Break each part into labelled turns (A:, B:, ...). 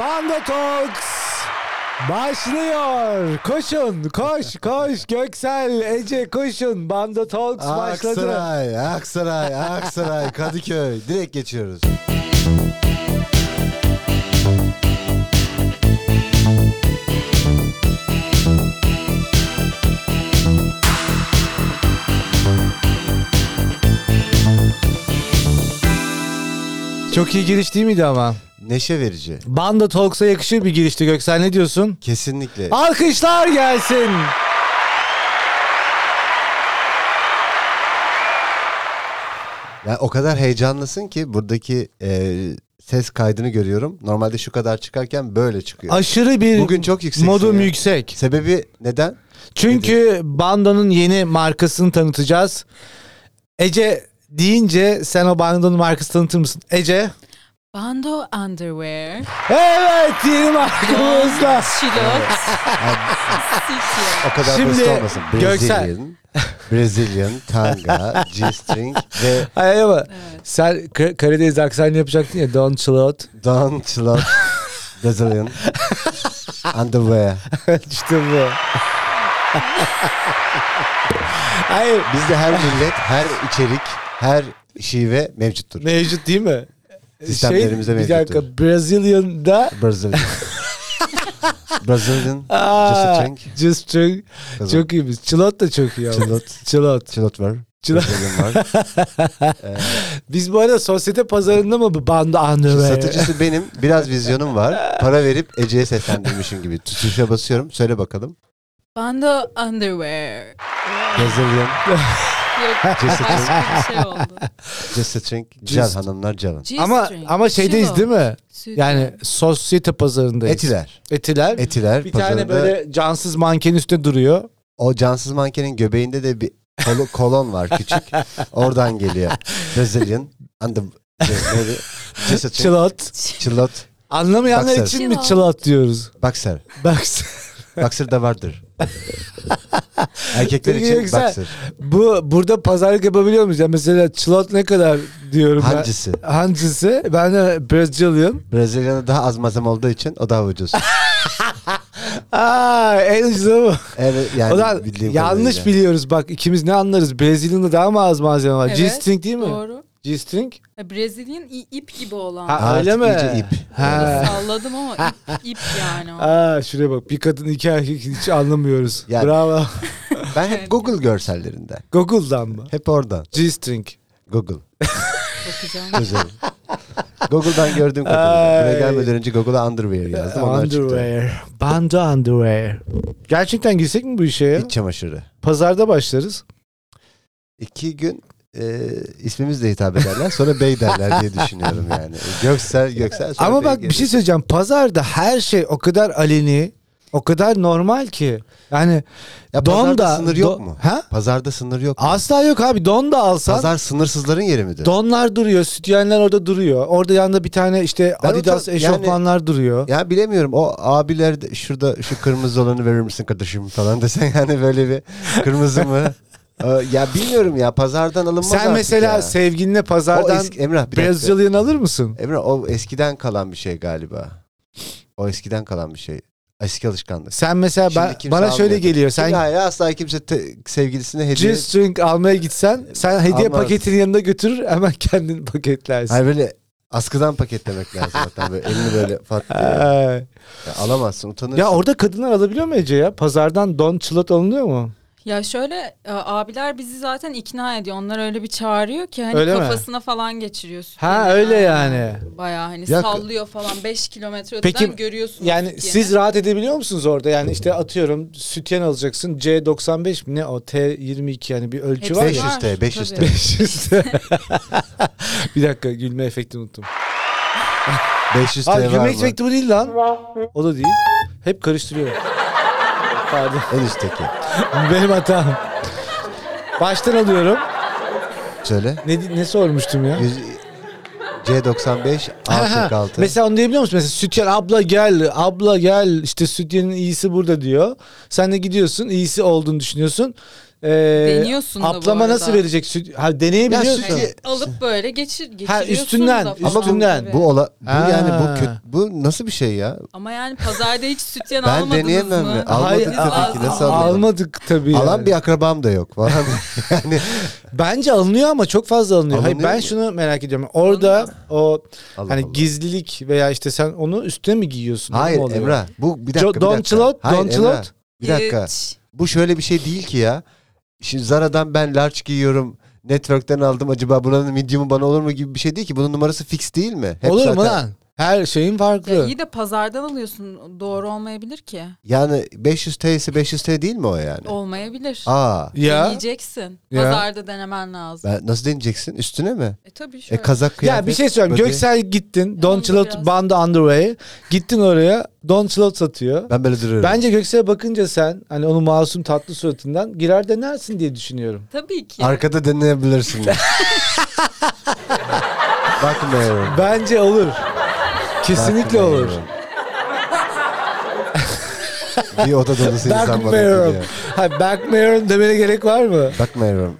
A: Bando Talks başlıyor. Koşun, koş, koş. Göksel, Ece koşun. Bando Talks başladı.
B: Aksaray, Aksaray, Aksaray, Kadıköy. Direkt geçiyoruz.
A: Çok iyi giriş değil miydi ama?
B: Neşe verici.
A: Bando Talks'a yakışır bir girişti Göksel. Ne diyorsun?
B: Kesinlikle.
A: Alkışlar gelsin.
B: Ya o kadar heyecanlısın ki buradaki e, ses kaydını görüyorum. Normalde şu kadar çıkarken böyle çıkıyor.
A: Aşırı bir
B: Bugün çok yükseksin
A: modum
B: ya.
A: yüksek. şey
B: Sebebi neden?
A: Çünkü Bando'nun yeni markasını tanıtacağız. Ece deyince sen o Bando'nun markasını tanıtır mısın? Ece.
C: Bando underwear.
A: Evet yeni markamızda.
C: Şilot. Sitya.
B: O kadar
A: Şimdi
B: basit olmasın.
A: Göksel-
B: Brazilian, Brazilian, tanga, G-string ve
A: Hayır ama sen Ka- Karadeniz aksanı yapacaktın ya Don Chilot.
B: Don Chilot Brazilian underwear.
A: işte bu. Hayır
B: Bizde her millet, her içerik, her şive mevcuttur.
A: mevcut değil mi? Şey,
B: Sistemlerimize
A: bir
B: mevcuttur.
A: dakika Brazilian'da
B: Brazilian. Brazilian.
A: Aa,
B: Just a drink.
A: Just drink.
B: Kızım.
A: Çok iyi. Chilot da çok iyi. ama.
B: Çılot.
A: Chilot.
B: Çılot var.
A: Çılot.
B: Brazilian var.
A: Biz bu arada sosyete pazarında mı bu bandı anı
B: Satıcısı benim. Biraz vizyonum var. Para verip Ece'ye seslendirmişim gibi. Tuşa basıyorum. Söyle bakalım.
C: Bando underwear.
B: Brazilian.
C: Yok
B: Just a drink.
C: başka bir şey oldu.
B: Just a drink. Cel
A: Just-
B: hanımlar Cavan.
C: G-string,
A: Ama ama şeydeyiz
C: şilot,
A: değil mi?
C: sütyen.
A: Yani sosyete pazarındayız.
B: Etiler.
A: Etiler.
B: Etiler
A: Bir
B: pazarında.
A: tane böyle cansız manken üstte duruyor.
B: O cansız mankenin göbeğinde de bir kol- kolon var küçük. Oradan geliyor. Brazilian. And the, neydi? Just a drink.
A: Çılot.
B: Çılot.
A: Anlamayanlar
B: Baksana.
A: için mi
C: Çılot.
A: çılot diyoruz?
B: Boxer.
A: Bak
B: Boxer da vardır. Erkekler
A: Peki
B: için
A: yoksa-
B: boxer.
A: bu burada pazarlık yapabiliyor muyuz? Yani mesela çılot ne kadar diyorum
B: Hangisi?
A: ben. Hangisi? Ben de Brazilian.
B: Brezilya'da daha az malzeme olduğu için o daha ucuz.
A: Aa en ucuzu bu.
B: Evet yani
A: o da
B: bildiğim
A: yanlış
B: kadarıyla.
A: biliyoruz bak ikimiz ne anlarız? Brezilya'da daha mı az malzeme var?
C: Evet,
A: G-string değil mi?
C: Doğru.
A: G-string?
C: Ya, Brezilyan i- ip gibi olan.
A: Ha,
B: Artık
A: öyle mi?
B: iyice ip.
A: Ha.
C: Salladım ama ip, ip yani o.
A: Aa şuraya bak bir kadın iki erkek hiç anlamıyoruz.
B: Yani-
A: Bravo.
B: Ben hep Google görsellerinde.
A: Google'dan mı?
B: Hep oradan.
A: G-string.
B: Google.
C: Bakacağım.
B: Güzel. Google'dan gördüğüm kadarıyla.
A: Ay.
B: Buraya gelmeden önce Google'a underwear yazdım. Onlar çıktı.
A: Underwear. Bando underwear. Gerçekten girsek mi bu işe ya?
B: İç çamaşırı.
A: Pazarda başlarız.
B: İki gün e, ismimizle hitap ederler. Sonra bey derler diye düşünüyorum yani. Göksel, Göksel. Sonra
A: Ama
B: bey
A: bak bir
B: gelir.
A: şey söyleyeceğim. Pazarda her şey o kadar aleni, o kadar normal ki. Yani
B: Ya
A: don
B: pazarda
A: da
B: sınır yok
A: do-
B: mu?
A: Ha?
B: Pazarda sınır yok. mu?
A: Asla yok abi. Don da alsan
B: Pazar sınırsızların yeri midir?
A: donlar duruyor, sütyenler orada duruyor. Orada yanında bir tane işte
B: Ben o
A: Adidas
B: ta- yani-
A: eşofmanlar duruyor.
B: Ya bilemiyorum o abiler de şurada şu kırmızı olanı verir misin kardeşim falan desen yani böyle bir kırmızı mı? Ee, ya bilmiyorum ya pazardan alınmaz
A: Sen
B: artık
A: mesela
B: ya.
A: sevgilinle
B: o
A: pazardan
B: eski, Emrah bir dakika.
A: Brazilian alır mısın?
B: Emrah o eskiden kalan bir şey galiba. O eskiden kalan bir şey. Eski alışkanlık.
A: Sen mesela
B: Şimdi
A: ben,
B: kimse
A: bana
B: almıyor.
A: şöyle geliyor.
B: Sen...
A: Sen
B: Ya, ya asla kimse te- sevgilisine hediye...
A: G-string almaya gitsen sen hediye
B: Almaz.
A: paketini yanında götürür hemen kendin paketlersin.
B: Hayır böyle askıdan paketlemek lazım hatta böyle elini böyle fat diye.
A: Ay.
B: Ya alamazsın utanırsın.
A: Ya Ee, orada kadınlar alabiliyor mu Ece ya? Pazardan don çılat alınıyor mu?
C: Ya şöyle e, abiler bizi zaten ikna ediyor. Onlar öyle bir çağırıyor ki hani
A: Öyle mi?
C: kafasına falan geçiriyor sütyenini.
A: Ha öyle yani.
C: Bayağı hani
B: Ya-
C: sallıyor falan 5 kilometre öteden
A: Peki,
C: görüyorsunuz.
A: Yani
C: sütyeni.
A: siz rahat edebiliyor musunuz orada? Yani işte atıyorum sütyen alacaksın C95 mi ne o T22 yani bir ölçü
C: Hepsi
A: var ya.
B: Beş- 500 T, 500
C: Tabii.
B: T.
A: 500. bir dakika gülme efekti unuttum.
B: 500
A: Aa,
B: TL var
A: gülme
B: mı?
A: efekti bu değil lan. O da değil. Hep karıştırıyorum. Pardon.
B: En üstteki.
A: Benim hatam. Baştan alıyorum.
B: Söyle.
A: Ne, ne sormuştum ya?
B: Yüz- C95 A46.
A: Mesela onu diyebiliyor musun? Mesela sütyen abla gel, abla gel işte sütyenin iyisi burada diyor. Sen de gidiyorsun iyisi olduğunu düşünüyorsun. Ee,
C: Deniyorsun da bu
A: aplama
C: arada.
A: nasıl verecek? Süt, ha, deneyebiliyorsun.
B: Ya sütü-
C: Hani Alıp böyle geçir, geçiriyorsun
A: üstünden,
C: da falan
A: üstünden.
C: tabii.
B: Bu ola bu
A: Ha.
B: yani bu kötü bu nasıl bir şey ya?
C: Ama yani pazarda hiç süt yiyen
B: Ben
C: almadınız
B: deneyemem
C: mı?
B: mi? Almadık
A: Hayır,
C: Biz
A: tabii ki,
C: aldık.
B: nasıl almadık?
A: Almadık tabii.
B: Alan
A: yani. Hani
B: bir akrabam da yok falan. yani
A: Bence alınıyor ama çok fazla alınıyor. Hayır,
B: Alınıyor
A: ben
B: mu?
A: şunu merak ediyorum. Orada o
B: Allah
A: hani
B: Allah.
A: gizlilik veya işte sen onu üstüne mi giyiyorsun?
B: Hayır
A: Ne oluyor?
B: Emrah bu bir
A: Jo-
B: dakika. bir
A: don't
B: dakika.
A: float,
B: Hayır,
A: don't
B: Emrah,
A: float.
B: Bir dakika.
C: Hiç.
B: Bu şöyle bir şey değil ki ya. Şimdi Zara'dan ben large giyiyorum. Network'ten aldım acaba buranın medium'u bana olur mu gibi bir şey değil ki. Bunun numarası fix değil mi? Hep
A: Olur
B: zaten-
A: mu lan? Her şeyin farklı.
C: Ya iyi de pazardan alıyorsun. Doğru olmayabilir ki.
B: Yani 500 T ise 500 T değil mi o yani?
C: Olmayabilir.
B: Aa.
A: ya.
C: Deneyeceksin.
A: Ya.
C: Pazarda denemen lazım.
B: Ben nasıl deneyeceksin? Üstüne mi?
C: E tabii şu
B: E kazak kıyafet.
A: Ya bir şey söyleyeyim.
B: böyle-
A: Göksel gittin.
C: Yanımda
A: Don't Float
C: biraz.
A: Band Underway. Gittin oraya. Don't Float satıyor.
B: Ben böyle duruyorum.
A: Bence Göksel'e bakınca sen hani onun masum tatlı suratından girer denersin diye düşünüyorum.
C: Tabii ki.
B: Arkada deneyebilirsin. Bakmıyorum.
A: Bence olur. Kesinlikle olur.
B: Bakmıyorum. bir oda dolusu insan bana
A: Bakmıyorum.
B: geliyor.
A: Hayır bakmıyorum demene gerek var mı?
B: Bakmıyorum.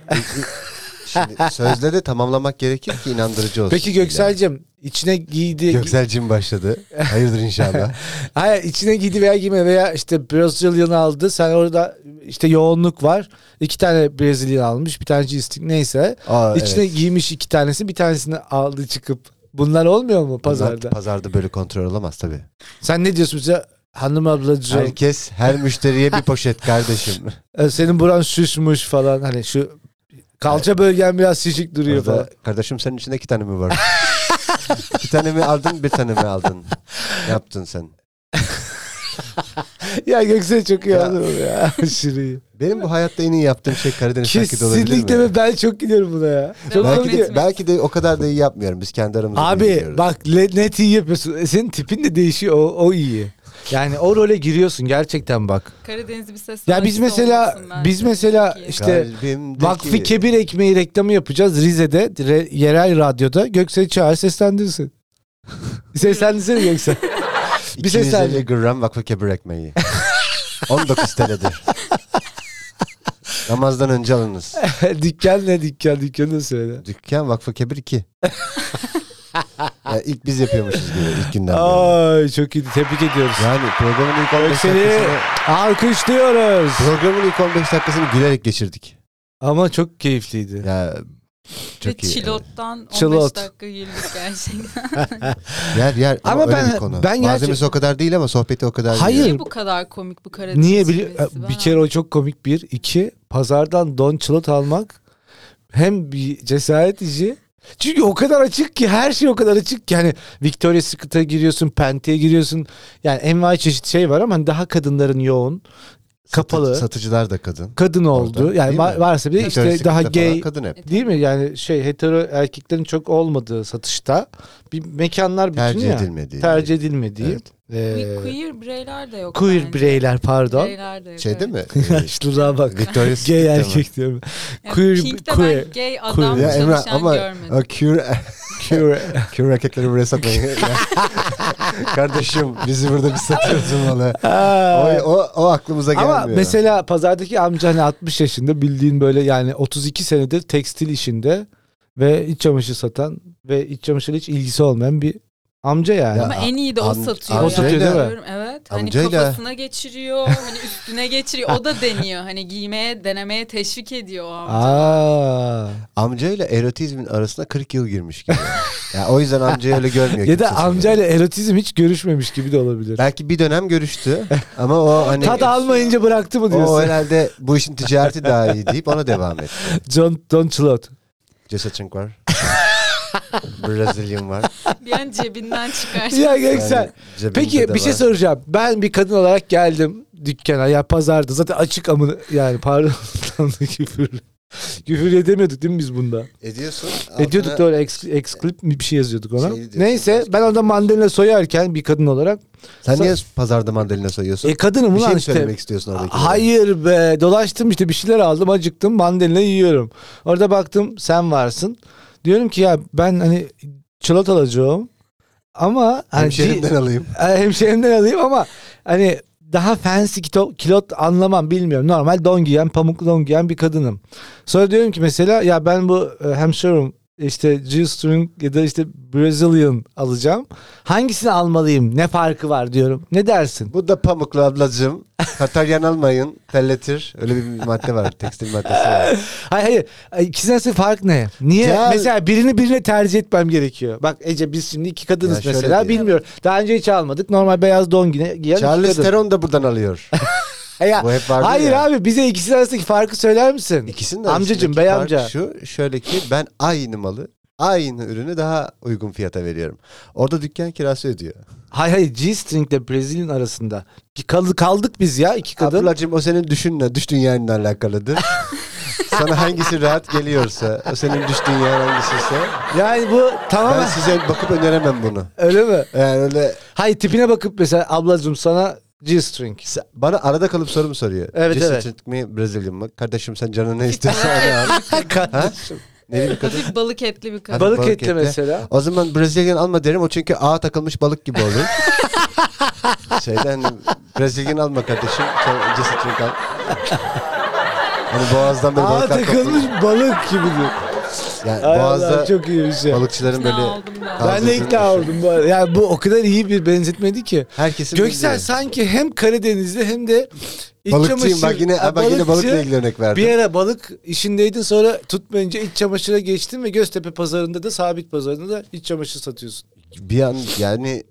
B: Şimdi sözleri tamamlamak gerekir ki inandırıcı olsun.
A: Peki Göksel'cim içine giydi.
B: Göksel'cim başladı. Hayırdır inşallah.
A: Hayır içine giydi veya giyme veya işte Brezilyan aldı. Sen orada işte yoğunluk var. İki tane Brezilyan almış. Bir tane G-Stick neyse.
B: Aa,
A: içine
B: evet.
A: giymiş iki tanesini bir tanesini aldı çıkıp. Bunlar olmuyor mu pazarda?
B: Bunlar Pazarda böyle kontrol olamaz tabii.
A: Sen ne diyorsun bize? Hanım ablacığım
B: Herkes her müşteriye bir poşet kardeşim.
A: e, senin buran şişmiş falan hani şu kalça bölgen biraz şişik duruyor
B: Orada,
A: falan.
B: kardeşim senin içinde iki tane mi var? iki tane mi aldın bir tane mi aldın? Ne yaptın sen?
A: Ya Göksel çok iyi
B: Ya.
A: anlıyorum ya. Aşırı iyi.
B: Benim bu hayatta en iyi yaptığım şey Karadeniz taklidi olabilir mi?
A: Kesinlikle ve ben çok gidiyorum buna ya. Çok
C: Devam
A: komik.
C: etme.
B: Belki, belki de o kadar da iyi yapmıyorum. Biz kendi aramızda
A: Abi
B: biliyoruz.
A: bak le- net iyi yapıyorsun. E, Senin tipin de değişiyor. O, o iyi. Yani o role giriyorsun gerçekten bak.
C: Karadenizli bir ses
A: Ya biz
C: sanatçısı
A: mesela
C: olmasın bence.
A: biz mesela
C: Çok iyi.
A: işte
B: Kalbimdeki-
A: Vakfı Kebir ekmeği reklamı yapacağız Rize'de re- yerel radyoda. Göksel Çağrı seslendirsin. Seslendirsene Göksel. bir ses
B: 250
A: verdi.
B: gram vakfı kebir ekmeği. 19 TL'dir. Namazdan önce alınız.
A: dükkan ne dükkan dükkanı söyle.
B: Dükkan vakfı kebir 2. ya ilk biz yapıyormuşuz gibi ilk günden beri.
A: Ay çok iyi tebrik ediyoruz.
B: Yani programın ilk 15
A: Göksel'i
B: dakikasını,
A: alkışlıyoruz.
B: programın ilk 15 dakikasını gülerek geçirdik.
A: Ama çok keyifliydi.
B: Ya
C: Ve
B: çok iyi.
C: çilottan 15
A: Çilot.
C: dakika güldük gerçekten.
B: Yer yer ama,
A: Ama
B: öyle
A: ben-
B: bir konu.
A: ben
B: Malzemesi
A: gerçek-
B: o kadar değil ama sohbeti o kadar
A: Hayır.
B: değil.
C: Niye bu kadar komik bu Karadeniz
A: Niye bili-
C: şivesi? Ben
A: bir kere o çok komik bir. iki pazardan don çılat almak hem bir cesaret işi. Çünkü o kadar açık ki her şey o kadar açık ki hani Victoria's Secret'a giriyorsun, Pente'ye giriyorsun. Yani envai çeşit şey var ama hani daha kadınların yoğun, kapalı,
B: Satı- Satıcılar da kadın.
A: kadın
B: Orada,
A: olduğu. yani
B: değil
A: va-
B: mi?
A: varsa bir de
B: Victoria's
A: işte daha
B: Secret'te falan
A: gay
B: Kadın hep.
A: değil mi? Yani şey hetero erkeklerin çok olmadığı satışta bir mekanlar bütün
B: Tercih
A: ya.
B: edilmediği.
A: Tercih edilmediği.
B: Evet.
A: Ee,
C: Que- Queer bireyler de yok.
A: queer
C: bence.
A: bireyler pardon.
C: Bireyler de yok.
B: Şey değil mi?
A: Yaşlılığa bak.
B: Victoria's
A: Gay
B: Secret'te mi?
A: erkek diyorum.
C: Yani
A: Queer-
C: Pink'te
A: queer-
C: ben gay adam
B: Ya Emre
C: çalışan
B: ama
C: görmedim.
B: o kür kür erkekleri buraya satmayın. Kardeşim bizi burada bir satıyorsun valla.
A: Aa.
B: O, o, o aklımıza gelmiyor.
A: Ama mesela pazardaki amca hani 60 yaşında bildiğin böyle yani 32 senedir tekstil işinde ve iç çamaşır satan ve iç çamaşırla hiç ilgisi olmayan bir amca yani.
B: Ya,
C: Ama en iyi de o
B: Am-
C: satıyor.
A: O
C: yani.
A: satıyor değil mi?
C: Görüyorum, Evet. Hani
B: Amcayla.
C: kafasına geçiriyor, hani üstüne geçiriyor. O da deniyor. Hani giymeye, denemeye teşvik ediyor o amca.
A: Aa.
B: Amcayla erotizmin arasına 40 yıl girmiş gibi. ya o yüzden amcayı öyle görmüyor.
A: Ya da
B: kimse.
A: amcayla erotizm hiç görüşmemiş gibi de olabilir.
B: Belki bir dönem görüştü ama o hani...
A: Tat almayınca bıraktı mı
B: O
A: diyorsun?
B: herhalde bu işin ticareti daha iyi deyip ona devam etti.
A: John Don Chilot.
B: Cesaçınk var. Brazilian var.
C: Bir an cebinden çıkartıyor.
A: Ya Göksel.
B: Yani cebimde
A: Peki
B: de
A: bir şey
B: var.
A: soracağım. Ben bir kadın olarak geldim dükkana ya pazarda zaten açık amına yani pardon tam da küfür. Küfür edemiyorduk değil mi biz bunda?
B: Ediyorsun.
A: Ediyorduk da öyle ex, exclip mi bir şey yazıyorduk ona.
B: Şey diyorsun,
A: Neyse
B: başka
A: ben orada mandalina soyarken bir kadın olarak.
B: Sen niye pazarda mandalina soyuyorsun?
A: E kadınım
B: bir şey
A: ulan
B: mi
A: işte.
B: söylemek istiyorsun oradaki?
A: Hayır be dolaştım işte bir şeyler aldım acıktım mandalina yiyorum. Orada baktım sen varsın. Diyorum ki ya ben hani çikolata alacağım. Ama hani
B: Hemşerimden alayım.
A: Ee, Ay, hemşerimden alayım ama hani Daha fancy kilo, kilot anlamam bilmiyorum. Normal don giyen, pamuklu don giyen bir kadınım. Sonra diyorum ki mesela ya ben bu e, hemşerim işte G-string ya da işte Brazilian alacağım. Hangisini almalıyım? Ne farkı var diyorum. Ne dersin?
B: Bu da pamuklu ablacığım. Kataryan almayın. Telletir. Öyle bir madde var. Tekstil maddesi var.
A: Hayır hayır. Ay, İkisinin arasındaki fark ne? Niye?
B: Ya-
A: Mesela birini birine tercih etmem gerekiyor. Bak Ece biz şimdi iki
B: Ya
A: kadınız
B: şöyle
A: mesela.
B: değil.
A: Bilmiyorum. Daha önce hiç almadık. Normal beyaz don gine- giyen iki
B: Charles
A: kadın.
B: Theron da buradan alıyor.
A: Ha ya,
B: Bu hep vardır
A: hayır
B: ya.
A: abi bize ikisi arasındaki farkı söyler misin?
B: İkisinin de
A: Amcacım
B: arasındaki
A: bey
B: fark
A: amca.
B: Şu, şöyle ki ben aynı malı aynı ürünü daha uygun fiyata veriyorum. Orada dükkan kirası ödüyor.
A: Hayır hayır G-string ile Brazilian arasında. Ki Kaldı, kaldık biz ya iki kadın.
B: Ablacığım o senin düşünle düş dünyanla alakalıdır. Sana hangisi rahat geliyorsa, o senin düş dünyan hangisiyse
A: Yani bu
B: ben
A: tamamen
B: size bakıp öneremem bunu.
A: öyle mi?
B: Yani öyle
A: Hayır tipine bakıp mesela ablacığım sana G-string.
B: Sen- Bana arada kalıp sorum soruyor.
A: Evet,
B: Jason
A: evet.
B: Statham mi Brezilya mı? Kardeşim sen canın ne istiyorsan onu al. Ha? Neli bir kadın?
C: Hafif balık etli bir kadın.
B: Hadi
A: Balık
B: balık
A: etli
B: etli.
A: mesela.
B: O zaman Brezilyan alma derim o çünkü ağa takılmış balık gibi olur. Şeyden Brezilyan alma kardeşim. Sen Jason Statham al. Hani boğazdan böyle
A: Aa
B: balıklar
A: takılmış
B: toplanıyor.
A: balık gibi diyor.
B: Yani
A: Ay Allah,
B: boğazda
A: çok iyi bir şey.
B: balıkçıların
C: İkna
B: böyle...
C: oldum ben.
A: Ben de
B: Ağzını
A: ikna
B: düşün.
A: oldum bu arada. Yani bu o kadar iyi bir benzetmedi ki.
B: Herkesin
A: Göksel
B: bildiği.
A: sanki hem Karadenizli hem de iç
B: Balıkçıyım bak
A: çamaşır-
B: yine,
A: Ha,
B: bak yine balıkla
A: balıkçı.
B: ilgili örnek verdim.
A: Bir ara balık işindeydin sonra tutmayınca iç çamaşıra geçtin ve Göztepe pazarında da sabit pazarında da iç çamaşır satıyorsun.
B: bir an yani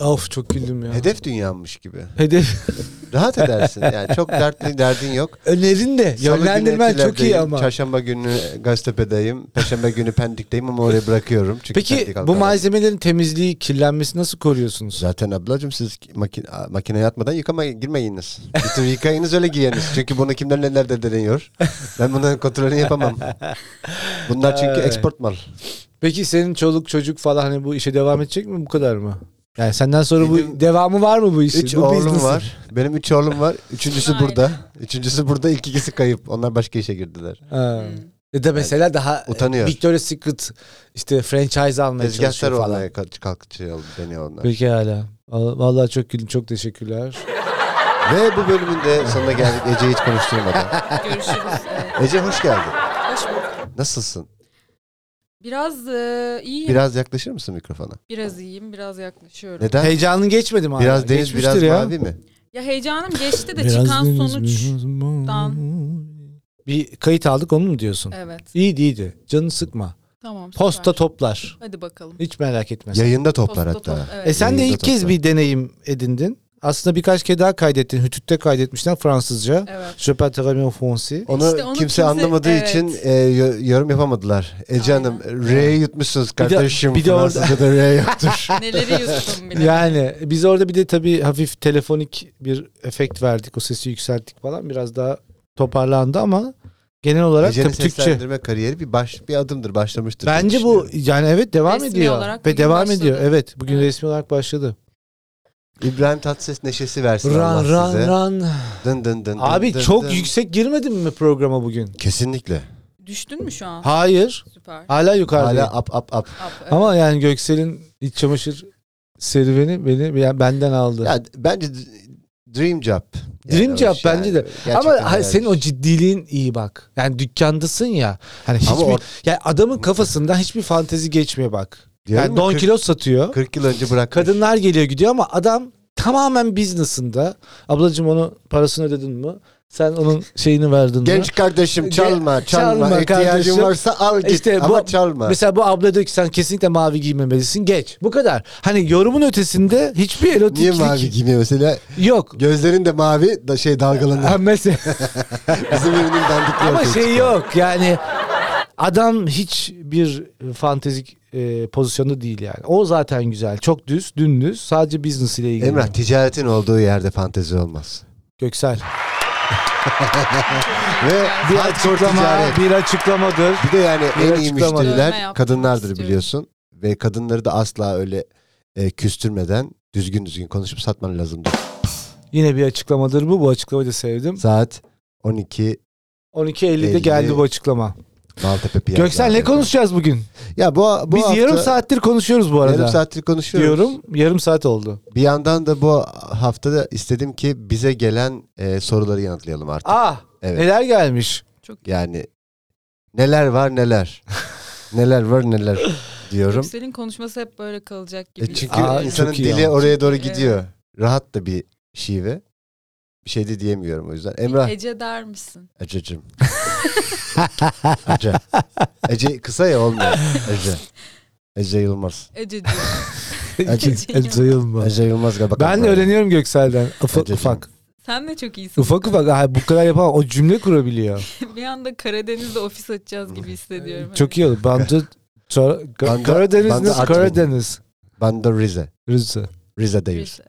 A: Of çok güldüm ya.
B: hedef dünyanmış gibi.
A: Hedef.
B: Rahat edersin yani çok dertli derdin yok.
A: Önerin de.
B: Salı günü
A: Yönlendirmen çok iyi
B: Etiler'deyim,
A: ama.
B: Çarşamba günü Gaztepe'deyim. Perşembe günü Pendik'teyim ama oraya bırakıyorum. Çünkü
A: Peki
B: Pendik halka
A: bu
B: var.
A: malzemelerin temizliği, kirlenmesi nasıl koruyorsunuz?
B: Zaten ablacığım siz makine, makineye atmadan yıkama girmeyiniz. Bütün yıkayınız öyle giyiniz. Çünkü bunu kimler nelerde deniyor. Ben bunların kontrolünü yapamam. Bunlar çünkü
A: Evet.
B: export mal.
A: Peki senin çoluk çocuk falan hani bu işe devam edecek mi bu kadar mı? Yani senden sonra bu
B: Benim-
A: devamı var mı bu işin?
B: Üç
A: bu
B: oğlum
A: business'ın?
B: var. Benim üç oğlum var. Üçüncüsü
C: Aynen.
B: burada. Üçüncüsü burada. İlk ikisi kayıp. Onlar başka işe girdiler.
A: Ha.
C: Hmm.
A: Ya da mesela daha e,
B: Utanıyor.
A: Victoria's Secret işte franchise almaya
B: Tezgahlar
A: çalışıyor falan.
B: olmaya kalk- kalkıyor deniyor onlar.
A: Peki hala. Vallahi çok güldüm. Çok teşekkürler.
B: Ve bu bölümün de sonuna geldik. Ece hiç konuşturmadan.
C: Görüşürüz. Evet.
B: Ece hoş geldin.
C: Hoş bulduk.
B: Nasılsın?
C: Biraz e, iyiyim. Biraz...
B: Biraz yaklaşır mısın mikrofona?
C: iyiyim. Biraz yaklaşıyorum.
B: Neden?
A: Heyecanın geçmedi mi? hala?
B: biraz deniz,
A: Geçmiştir
B: biraz
A: ya.
B: mavi mi?
C: Ya heyecanım geçti de
A: Biraz
C: çıkan
A: deniz,
C: sonuç.
A: biraz Bir kayıt aldık onu mu diyorsun?
C: Evet.
A: İyiydi iyiydi. Canını sıkma.
C: Tamam. süper.
A: Posta toplar.
C: Hadi bakalım.
A: Hiç merak etme. sen.
B: Yayında toplar
C: Posta
B: hatta.
C: top- evet.
A: E sen de
B: Yayında
A: ilk kez
B: toplar.
A: bir deneyim edindin. Aslında birkaç kere daha kaydettin. Hütüt'te kaydetmişler Fransızca.
C: Evet.
A: Je parlerai en français.
B: Onu,
C: İşte onu
B: kimse,
C: kimse-
B: anlamadığı
C: evet.
B: için e, yo- yorum yapamadılar. Ece
C: Aynen.
B: Hanım R'yi yutmuşsunuz
A: de-
B: kardeşim.
A: bir de orada-
B: Fransızca'da R yoktur.
C: Neleri yuttum bile.
A: Yani biz orada bir de tabii hafif telefonik bir efekt verdik. O sesi yükselttik falan. Biraz daha toparlandı ama genel olarak
B: Ece'nin
A: tabii Türkçe.
B: seslendirme kariyeri bir baş bir adımdır. Başlamıştır. diye
A: Bence bu
B: düşünüyorum.
A: yani evet devam
C: Resmi
A: ediyor.
C: olarak
A: Ve
C: bugün
A: devam
C: başladı.
A: ediyor. Evet bugün
C: Evet.
A: resmi olarak başladı.
B: İbrahim Tatlıses neşesi versin
A: Ran
B: Allah size.
A: ran ran.
B: Dın dın dın
A: Abi
B: dın
A: çok
B: dın.
A: yüksek girmedin mi programa bugün?
B: Kesinlikle.
C: Düştün mü şu an?
A: Hayır.
C: Süper.
A: Hala yukarıda.
B: Hala up up up.
C: Ab- evet.
A: Ama yani Göksel'in iç çamaşır serüveni beni yani benden aldı.
B: Ya, bence dream job.
A: Dream
B: o
A: job
B: iş
A: bence de.
B: Gerçekten
A: Ama hayır,
B: öyle bir
A: senin
B: şey.
A: o ciddiliğin iyi bak. Yani dükkandasın ya. Hani hiçbir
B: Ama or-
A: yani adamın kafasından hiçbir fantezi geçmiyor bak.
B: Diyorum
A: yani
B: ya,
A: Don
B: 40
A: Kilo satıyor.
B: 40 yıl önce bırakmış.
A: Kadınlar geliyor gidiyor ama adam tamamen business'ında. Ablacığım onu parasını ödedin mi? Sen onun şeyini verdin mi?
B: Genç kardeşim çalma,
A: Ge-
B: çalma.
A: çalma
B: İhtiyacın
A: kardeşim.
B: varsa al git
A: İşte bu-
B: ama çalma.
A: Mesela bu abla diyor ki sen kesinlikle mavi giymemelisin. Geç. Bu kadar. Hani yorumun ötesinden hiçbir
B: Niye
A: erotiklik
B: mavi giymiyor mesela?
A: yok.
B: Gözlerin de mavi da şey dalgalanıyor.
A: Ha, mesela.
B: Bizim ürünün dandikliği
A: Ama
B: ortaya
A: şey
B: çıkıyor.
A: yok yani adam hiçbir fantezik e, pozisyonda değil yani. O zaten güzel. Çok düz, dümdüz. Sadece business ile ilgili.
B: Emrah ticaretin olduğu yerde fantezi olmaz.
A: Göksel.
B: Ve bir hardcore ticaret.
A: bir açıklamadır.
B: Bir de yani
A: Bir
B: en iyi
A: açıklama.
C: Dövme
B: müşteriler
C: yapmak
B: kadınlardır
C: istiyorum.
B: biliyorsun. Ve kadınları da asla öyle e, küstürmeden düzgün düzgün konuşup satman lazımdır.
A: Yine bir açıklamadır bu. Bu açıklamayı da sevdim.
B: Saat 12
A: 12.50'de
B: Elli.
A: geldi bu açıklama.
B: Maltepe Piyazı.
A: Göksel ne konuşacağız bugün?
B: Ya bu, bu
A: Biz
B: hafta-
A: yarım saattir konuşuyoruz bu arada.
B: Yarım saattir konuşuyoruz.
A: diyorum. Yarım saat oldu.
B: Bir yandan da bu haftada istedim ki bize gelen e, soruları yanıtlayalım artık.
A: Ah
B: Evet.
A: neler gelmiş.
B: Yani neler var neler. neler var neler diyorum.
C: Yüksel'in konuşması hep böyle kalacak gibi.
B: E çünkü
A: Aa,
B: insanın
A: çok iyi
B: dili
A: ama.
B: oraya doğru
C: Evet.
B: gidiyor. Rahat da bir şive. Bir şey de diyemiyorum o yüzden. Emrah.
C: Ece der misin?
B: Ececiğim. Ece. Ece kısa ya olmuyor. Ece. Ece Yılmaz.
C: Ece
A: El sayılma.
B: Ece Yılmaz galiba.
A: Ben de öğreniyorum Göksel'den. Ufak
B: Acacım.
A: ufak.
C: Sen de çok iyisin.
A: Ufak ufak. Ay, bu kadar yapamam. O cümle kurabiliyor.
C: bir anda Karadeniz'de ofis açacağız gibi hissediyorum. Hani
A: Çok iyi olur. Bandı, Çor- Ka-
B: Bandı-
A: Karadeniz
B: bandı
A: nasıl?
B: atmayın.
A: Karadeniz.
B: Ben de Rize.
A: Rızı.
B: Rize'deyiz.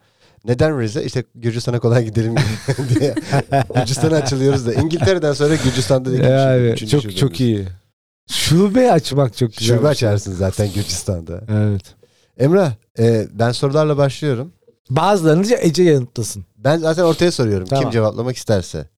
B: Neden Rize? İşte Gürcistan'a kolay gidelim diye. Gürcistan'a açılıyoruz da. İngiltere'den sonra Gürcistan'da da
A: Yani çok çok iyi. Şube açmak çok güzel.
B: Şube
A: bir şey.
B: açarsın zaten Gürcistan'da.
A: Evet.
B: Emrah, e, ben sorularla başlıyorum.
A: Bazılarını Ece yanıtlasın.
B: Ben zaten ortaya soruyorum
A: Tamam.
B: kim cevaplamak isterse.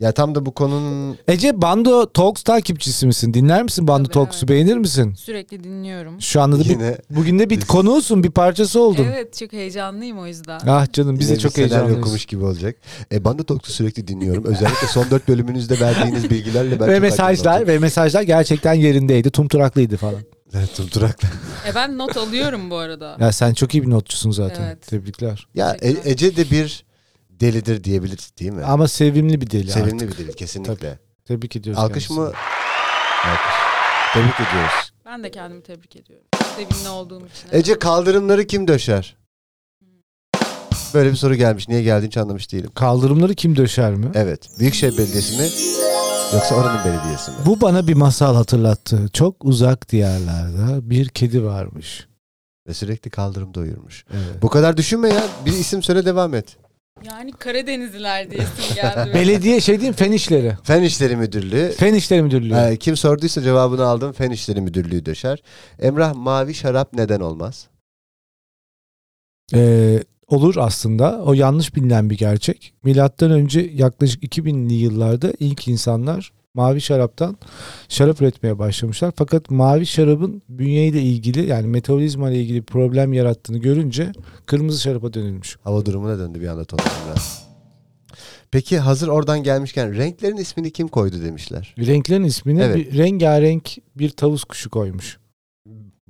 B: Ya tam da bu konunun
A: Ece Bando Talks takipçisi misin? Dinler misin Bando
C: Tabii,
A: Talks'u?
C: evet.
A: Beğenir misin?
C: Sürekli dinliyorum.
A: Şu anda da bir,
B: yine
A: bugün de bir
B: Biz-
A: konuğusun, bir parçası oldun.
C: Evet çok heyecanlıyım o yüzden.
A: Ah canım biz
B: yine
A: de
B: bir
A: çok
B: senaryo
A: heyecanlıyız.
B: okumuş gibi olacak. E, Banda Talks'u sürekli dinliyorum. Özellikle son dört bölümünüzde verdiğiniz bilgilerle ben
A: Ve
B: çok
A: mesajlar
B: aydınlandım.
A: ve mesajlar gerçekten yerindeydi. Tumturaklıydı falan.
B: Evet, Tumturaklar.
C: E ben not alıyorum bu arada.
A: Ya sen çok iyi bir notçusun zaten.
C: Evet.
A: Tebrikler.
B: Ya E-
C: Teşekkürler.
B: Ece de bir delidir diyebiliriz değil mi?
A: Ama sevimli bir deli
B: Sevimli
A: artık.
B: bir deli kesinlikle.
A: Tebrik ediyoruz.
B: Alkış
A: kendisini.
B: mı? Alkış. Tebrik ediyoruz.
C: Ben de kendimi tebrik ediyorum. Sevimli olduğum için.
B: Ece kaldırımları kim döşer? Böyle bir soru gelmiş. Niye geldiğini hiç anlamış değilim.
A: Kaldırımları kim döşer mi?
B: Evet. Büyükşehir Belediyesi mi? Yoksa oranın belediyesi mi?
A: Bu bana bir masal hatırlattı. Çok uzak diyarlarda bir kedi varmış.
B: Ve sürekli kaldırımda uyurmuş.
A: Evet.
B: Bu kadar düşünme ya. Bir isim söyle devam et.
C: Yani Karadenizliler diyesim geldi.
A: Belediye şey diyeyim fen işleri.
B: Fen İşleri Müdürlüğü.
A: Fen işleri müdürlüğü.
B: Ee, kim sorduysa cevabını aldım. Fen İşleri Müdürlüğü döşer. Emrah mavi şarap neden olmaz?
A: Ee, olur aslında. O yanlış bilinen bir gerçek. Milattan önce yaklaşık 2000'li yıllarda ilk insanlar mavi şaraptan şarap üretmeye başlamışlar. Fakat mavi şarabın bünyeyle ilgili yani metabolizma ile ilgili problem yarattığını görünce kırmızı şaraba dönülmüş.
B: Hava durumuna döndü bir anda Tolga Emrah. Peki hazır oradan gelmişken renklerin ismini kim koydu demişler.
A: Renklerin ismini
B: Evet.
A: bir rengarenk bir tavus kuşu koymuş.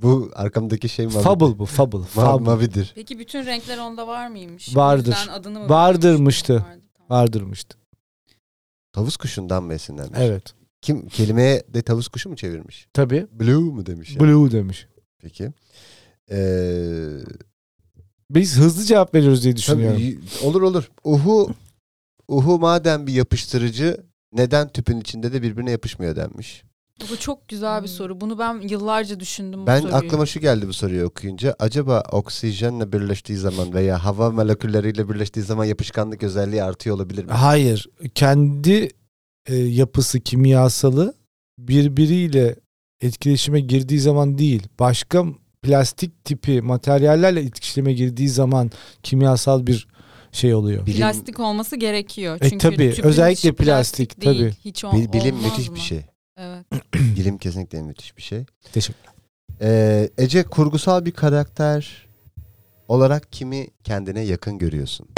B: Bu arkamdaki şey mavi.
A: Fable bu, fable.
B: Ma-
A: fable.
B: mavidir.
C: Peki bütün renkler onda var mıymış?
A: Vardır.
C: O yüzden adını mı
A: Vardırmıştı.
C: vermiş? Vardı, tamam.
A: Vardırmıştı.
B: Tavus kuşundan mı esinlenmiş?
A: Evet.
B: Kim kelimeye de tavus kuşu mu çevirmiş?
A: Tabii.
B: Blue mu demiş? ya?
A: Blue demiş.
B: Peki. Ee,
A: Biz hızlı cevap veriyoruz diye düşünüyorum.
B: tabii, olur olur. Uhu Uhu madem bir yapıştırıcı neden tüpün içinde de birbirine yapışmıyor denmiş.
C: Bu çok güzel bir soru. Bunu ben yıllarca düşündüm bu
B: Ben
C: soruyu.
B: aklıma şu geldi bu soruyu okuyunca. Acaba oksijenle birleştiği zaman veya hava molekülleriyle birleştiği zaman yapışkanlık özelliği artıyor olabilir mi?
A: Hayır. Kendi e, yapısı kimyasalı birbiriyle etkileşime girdiği zaman değil. Başka plastik tipi materyallerle etkileşime girdiği zaman kimyasal bir şey oluyor.
B: Bilim-
C: Plastik olması gerekiyor.
A: E
C: Çünkü
A: tabii,
C: tüpün
A: özellikle
C: içi
A: plastik,
C: değil.
A: tabii.
C: Hiç ol-
B: Bil- bilim
C: olmaz
B: müthiş
C: mı?
B: bir şey.
C: Evet.
B: bilim kesinlikle müthiş bir şey.
A: Teşekkürler.
B: Ee, Ece kurgusal bir karakter olarak kimi kendine yakın görüyorsun?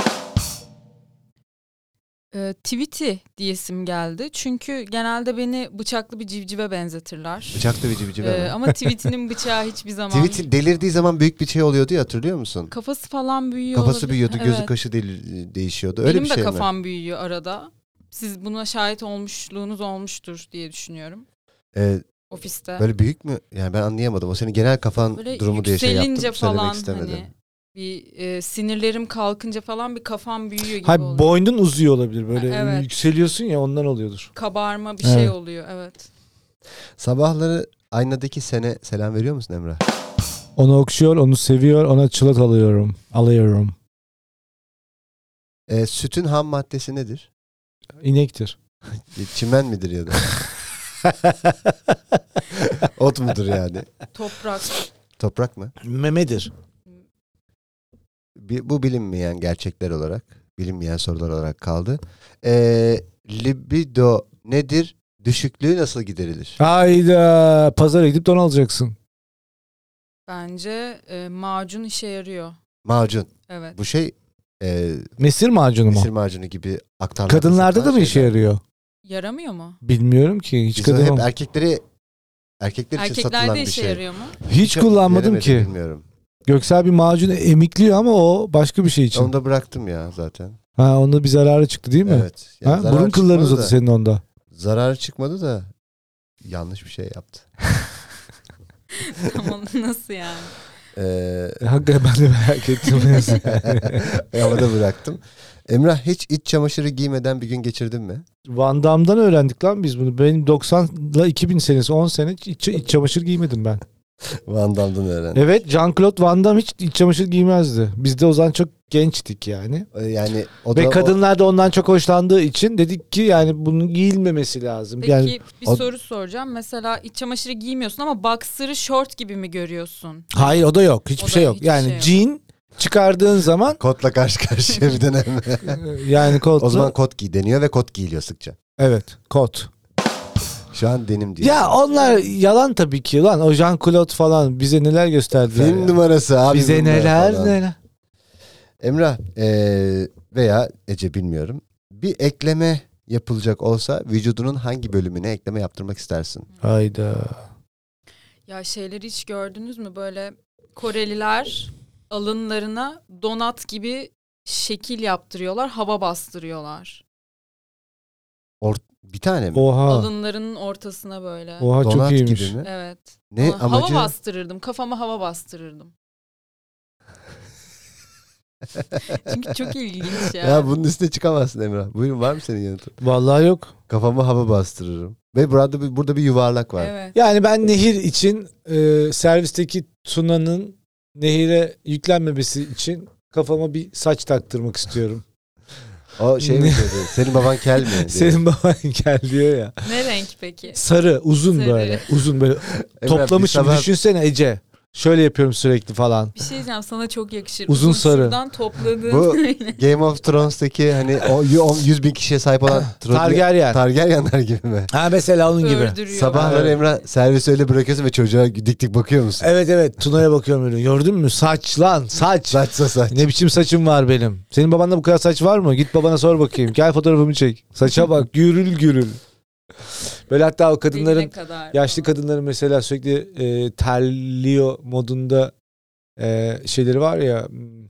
C: Ee, tweet'i diyesim geldi. Çünkü genelde beni bıçaklı bir civcive benzetirler.
B: Bıçaklı vici vici
C: Ee, ama tweet'inin bıçağı hiçbir zaman...
B: Tweet'in delirdiği zaman büyük bir şey oluyordu ya hatırlıyor musun?
C: Kafası falan büyüyor.
B: Kafası
C: olabilir.
B: büyüyordu, gözü
C: Evet.
B: kaşı delir- değişiyordu. Öyle
C: Benim
B: bir
C: de
B: şey mi?
C: kafam büyüyor arada. Siz buna şahit olmuşluğunuz olmuştur diye düşünüyorum.
B: Ee,
C: Ofiste.
B: böyle büyük mü? Yani ben anlayamadım. O senin genel kafan
C: Böyle
B: durumu diye şey yaptım.
C: yükselince
B: Söylemek
C: falan
B: istemedim.
C: hani bir e, sinirlerim kalkınca falan bir kafam büyüyor gibi
A: Hayır,
C: oluyor.
A: boynun uzuyor olabilir. Böyle
C: Ha, evet.
A: yükseliyorsun ya ondan oluyordur.
C: Kabarma bir
A: Evet.
C: şey oluyor evet.
B: Sabahları aynadaki sene selam veriyor musun Emrah?
A: Onu okşuyor, onu seviyor, ona çılat alıyorum. Alıyorum.
B: Ee, sütün ham maddesi nedir?
A: İnektir.
B: Çimen midir ya da? Ot mudur yani?
C: Toprak.
B: Toprak mı?
A: Memedir.
B: Bi- bu bilinmeyen gerçekler olarak, bilinmeyen sorular olarak kaldı. Ee, libido nedir? Düşüklüğü nasıl giderilir?
A: Hayda. Pazara gidip don alacaksın.
C: Bence e, macun işe yarıyor.
B: Macun.
C: Evet.
B: Bu şey e,
A: Mesir macunu mu?
B: mesir macunu gibi aktarlar.
A: Kadınlarda da mı işe yarıyor?
C: Yaramıyor mu?
A: Bilmiyorum ki. Hiç
B: Biz onu
A: kadın
B: hep erkekleri erkekler için satılan
C: Erkeklerde
B: bir
C: işe
B: şey.
C: yarıyor mu?
A: hiç
B: Çok
A: kullanmadım
B: denemedim,
A: ki.
B: Bilmiyorum.
A: Göksel bir macunu emikliyor ama o başka bir şey için.
B: Onu da bıraktım ya zaten.
A: Ha onda bir zararı çıktı değil mi?
B: Evet. Yani
A: ha?
B: zarar
A: Burun kılların
B: çıkmadı
A: uzadı
B: da-
A: senin onda.
B: Zararı çıkmadı da yanlış bir şey yaptı.
C: Tamam nasıl yani?
B: Ee,
A: Hakikaten ben de merak ettim.
B: havada bıraktım. Emrah hiç iç çamaşırı giymeden bir gün geçirdin mi?
A: Van Damme'dan öğrendik lan biz bunu. Benim 90 ile 2000 senesi 10 sene iç, iç çamaşır giymedim ben.
B: Van Damme'dan öğrendim.
A: Evet Jean-Claude Van Damme hiç iç çamaşır giymezdi. Biz de o zaman çok gençtik yani.
B: Ee, Yani o da
A: Ve
B: o-
A: kadınlar da ondan çok hoşlandığı için dedik ki yani bunun giyilmemesi lazım.
C: Peki
A: yani
C: bir
B: Ad-
C: soru soracağım. Mesela iç çamaşırı giymiyorsun ama boxer'ı short gibi mi görüyorsun?
A: hayır o da yok. Hiçbir
C: O da
A: şey yok.
C: hiçbir
A: Yani
C: şey yok.
A: jean çıkardığın zaman e,
B: kotla karşı karşıya bir dönem.
A: yani kot.
B: o zaman kot giy deniyor ve kot giyiliyor sıkça.
A: evet kot.
B: Şu an denim diyor.
A: Ya onlar yalan tabii ki lan. O Jean-Claude falan bize neler gösterdiler.
B: Film
A: ya.
B: numarası abi.
A: bize
B: bunlar
A: neler
B: falan.
A: neler.
B: Emrah ee, veya Ece bilmiyorum. Bir ekleme yapılacak olsa vücudunun hangi bölümüne ekleme yaptırmak istersin?
A: Hayda.
C: Ya şeyleri hiç gördünüz mü böyle Koreliler alınlarına donat gibi şekil yaptırıyorlar, hava bastırıyorlar.
B: Bir tane mi?
A: Oha.
C: Alınlarının ortasına böyle.
A: Oha çok
B: Donat
A: iyiymiş.
B: gibi mi?
C: Evet.
B: Ne
C: Ama
B: amacı?
C: Hava bastırırdım. Kafama hava bastırırdım. Çünkü çok ilginç ya.
B: Ya bunun üstüne çıkamazsın Emrah. Buyurun var mı senin yanıtın?
A: Vallahi yok.
B: Kafama hava bastırırım. Ve burada bir, burada bir yuvarlak var.
C: Evet.
A: Yani ben nehir için e, servisteki Tuna'nın nehire yüklenmemesi için kafama bir saç taktırmak istiyorum.
B: O şey mi dedi? Senin baban kel mi? dedi.
A: Senin baban gel diyor ya.
C: Ne renk peki?
A: Sarı, uzun
C: Sarı.
A: böyle. Uzun böyle
B: Emrah,
A: toplamışım.
B: bir sabah-
A: Düşünsene Ece. Şöyle yapıyorum sürekli falan.
C: Bir şey diyeceğim sana çok yakışır.
A: Uzun sarı.
C: Şuradan topladığın.
B: Bu- Game of Thrones'taki hani o 100 bin kişiye sahip olan
A: Targaryen.
B: Targaryenler gibi mi?
A: ha mesela onun gibi.
C: Öldürüyor.
B: Sabahları
A: Evet.
B: Emrah servisi öyle bırakıyorsun ve çocuğa dik dik bakıyor musun?
A: Evet evet Tuna'ya bakıyorum öyle. Gördün mü? Saç lan saç.
B: Saçsa saç.
A: Ne biçim saçım var benim. Senin babanda bu kadar saç var mı? Git babana sor bakayım. Gel fotoğrafımı çek. Saça bak gürül gürül. Böyle hatta o kadınların
C: Diline kadar
A: yaşlı
C: falan.
A: kadınların mesela sürekli e, terliyor modunda e, şeyleri var ya m,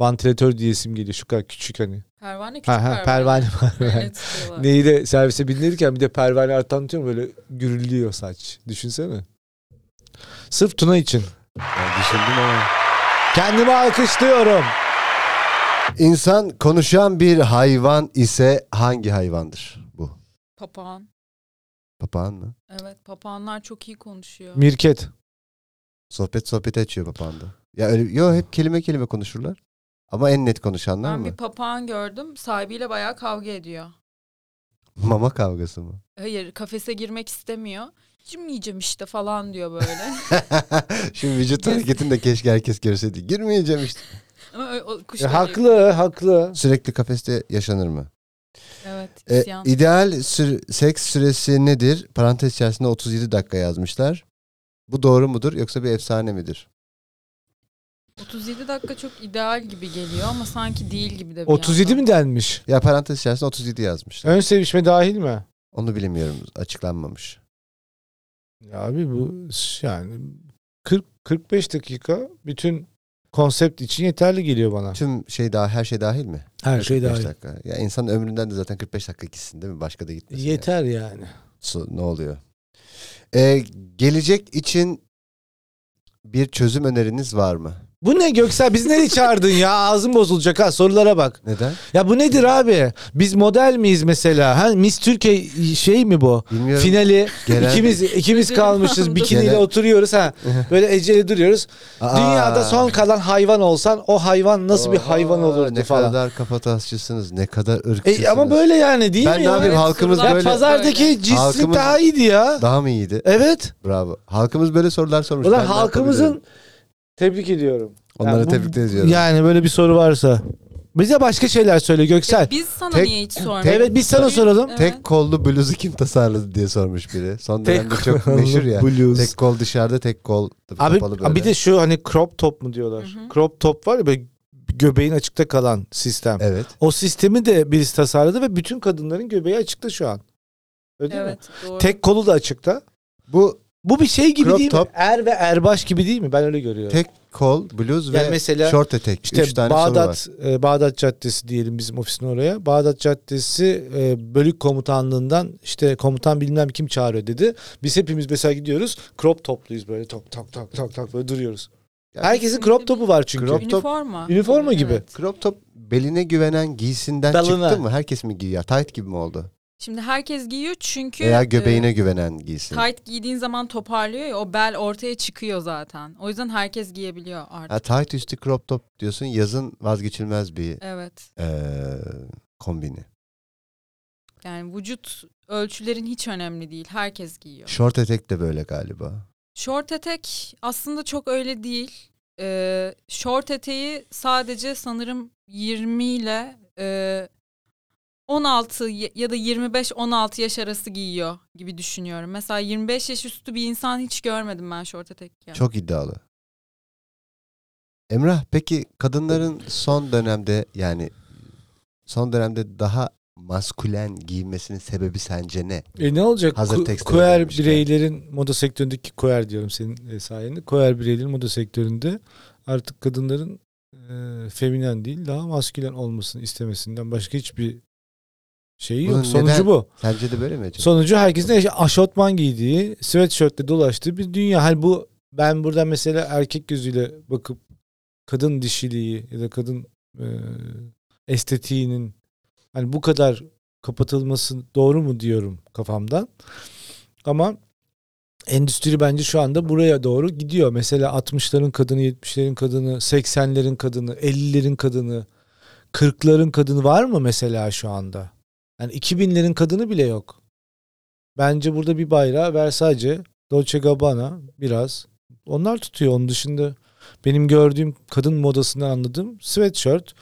A: vantilatör diye isim geliyor. Şu kadar küçük hani.
C: Pervane küçük
A: Ha, ha, pervane pervane.
C: Öyle tutuyorlar.
A: Neyi de servise bindirirken bir de pervane artan diyor böyle gürülüyor saç. Düşünsene. Sırf Tuna için.
B: Ya düşündüm ama.
A: Kendimi alkışlıyorum.
B: İnsan konuşan bir hayvan ise hangi hayvandır bu?
C: Papağan.
B: Papağan mı?
C: Evet papağanlar çok iyi konuşuyor.
A: Mirket.
B: Sohbet sohbeti açıyor papağanda. Ya öyle, yo hep kelime kelime konuşurlar. Ama en net konuşanlar
C: Ben
B: mı?
C: bir papağan gördüm. Sahibiyle bayağı kavga ediyor.
B: Mama kavgası mı?
C: Hayır kafese girmek istemiyor. Girmeyeceğim işte falan diyor böyle.
B: Şimdi vücut hareketini de keşke herkes görseydi. Girmeyeceğim işte.
C: Ama o, o kuş
A: E,
C: da diyor.
A: haklı, haklı.
B: Sürekli kafeste yaşanır mı?
C: Evet
B: E,
C: isyan.
B: ideal sür- seks süresi nedir? Parantez içerisinde 37 dakika yazmışlar. Bu doğru mudur yoksa bir efsane midir?
C: 37 dakika çok ideal gibi geliyor ama sanki değil gibi de bir
A: 37
C: yandan.
A: mi denmiş?
B: Ya parantez içerisinde 37 yazmışlar.
A: Ön sevişme dahil mi?
B: Onu bilmiyorum. Açıklanmamış.
A: Ya abi bu ş- yani 40 45 dakika bütün konsept için yeterli geliyor bana.
B: Tüm şey daha her şey dahil mi?
A: Her
B: 45 dakika. Ya insan ömründen de zaten 45 dakika gitsin değil mi? Başka da gitmesin. yani.
A: Yeter yani.
B: So- ne oluyor? Ee, gelecek için bir çözüm öneriniz var mı?
A: Bu ne Göksel? Biz nereye çağırdın ya? Ağzım bozulacak ha sorulara bak.
B: Neden?
A: Ya bu nedir abi? Biz model miyiz mesela? Ha, Miss Türkiye şey mi bu?
B: Bilmiyorum.
A: Finali
B: Genel-
A: ikimiz ikimiz
C: Ödülümü
A: kalmışız
C: aldım.
A: bikiniyle
B: Genel-
A: oturuyoruz ha. Böyle eceli duruyoruz.
B: Aa.
A: Dünyada son kalan hayvan olsan o hayvan nasıl bir
B: Oha,
A: hayvan olurdu
B: ne
A: falan.
B: kadar kafatasçısınız, ne kadar ırkçısınız.
A: E, ama böyle yani değil
B: Ben
A: mi
B: ne
A: ya?
B: yapayım
C: Evet,
B: halkımız
C: sorular
A: Ya
B: böyle
A: pazardaki
C: Böyle.
A: cinslik
B: Halkımız-
A: daha iyiydi ya.
B: daha mı iyiydi?
A: Evet.
B: Bravo. Halkımız böyle sorular sormuş.
A: Ulan
B: Ben ne yapabilirim?
A: halkımızın tebrik ediyorum.
B: onları
A: Yani bu-
B: tebrik ediyorum.
A: Yani böyle bir soru varsa. Bize başka şeyler söyle Göksel.
C: Ya Biz sana
B: Tek-
C: niye hiç sormadık?
A: Evet biz sana
C: Biz-
A: soralım.
C: Evet.
B: Tek kollu bluzu kim tasarladı diye sormuş biri. Son dönemde çok
A: kollu
B: meşhur ya.
A: bluz.
B: Tek kol dışarıda, tek kol
A: Abi
B: kapalı böyle.
A: bir de şu hani crop top mu diyorlar?
C: Hı hı.
A: Crop top var ya böyle göbeğin açıkta kalan sistem.
B: Evet.
A: O sistemi de birisi tasarladı ve bütün kadınların göbeği açıkta şu an. Öyle değil mi?
C: Evet doğru.
A: Tek kolu da açıkta.
B: Bu
A: Bu bir şey gibi
B: Crop
A: değil
B: top.
A: mi? Er ve erbaş gibi değil mi? Ben öyle görüyorum.
B: tek kol, bluz
A: Yani
B: ve
A: mesela
B: şort etek.
A: İşte
B: Üç tane soru var.
A: Bağdat e, Bağdat Caddesi diyelim bizim ofisin oraya. Bağdat Caddesi e, bölük komutanlığından işte komutan bilmem kim çağırıyor dedi. Biz hepimiz mesela gidiyoruz. Crop topluyuz böyle tak tak tak tak tak böyle duruyoruz.
B: Yani-
A: Herkesin crop topu var çünkü.
B: Crop- top-
C: Üniforma.
A: Üniforma gibi.
C: Evet.
B: Crop top beline güvenen giysinden
A: Dalına.
B: çıktı mı? Herkes mi giyiyor? Tight gibi mi oldu?
C: Şimdi herkes giyiyor çünkü
B: Veya
C: e,
B: göbeğine güvenen giysin.
C: tight giydiğin zaman toparlıyor ya o bel ortaya çıkıyor zaten. O yüzden herkes giyebiliyor artık.
B: Ha, tight üstü crop top diyorsun. Yazın vazgeçilmez bir
C: Evet.
B: eee, kombini.
C: Yani vücut ölçülerin hiç önemli değil. Herkes giyiyor.
B: Şort etek de böyle galiba.
C: Şort etek aslında çok öyle değil. Ee, şort eteği sadece sanırım 20 ile e, 16 ya ya da 25-16 yaş arası giyiyor gibi düşünüyorum. Mesela 25 yaş üstü bir insan hiç görmedim ben şort etek giyen.
B: Çok iddialı. Emrah peki kadınların son dönemde yani son dönemde daha maskülen giymesinin sebebi sence ne?
A: E ne olacak?
B: Hazır
A: Ku-
B: tekstile
A: queer
B: gelmişken.
A: bireylerin moda sektöründeki queer diyorum senin e, sayende. Queer bireylerin moda sektöründe artık kadınların e, feminen değil daha maskülen olmasını istemesinden başka hiçbir şeyi yok.
B: Bunun
A: Sonucu
B: neden-
A: bu.
B: Sence de böyle mi acaba?
A: Sonucu herkesin eş- aşotman giydiği, sweatshirtle dolaştığı bir dünya. Hani bu ben burada mesela erkek gözüyle bakıp kadın dişiliği ya da kadın e, estetiğinin hani bu kadar kapatılması doğru mu diyorum kafamdan. Ama endüstri bence şu anda buraya doğru gidiyor. Mesela 60'ların kadını, 70'lerin kadını, 80'lerin kadını, 50'lerin kadını, 40'ların kadını var mı mesela şu anda? Yani 2000'lerin kadını bile yok. Bence burada bir bayrağı Versace, Dolce Gabbana biraz. Onlar tutuyor. Onun dışında benim gördüğüm kadın modasından anladığım sweatshirt,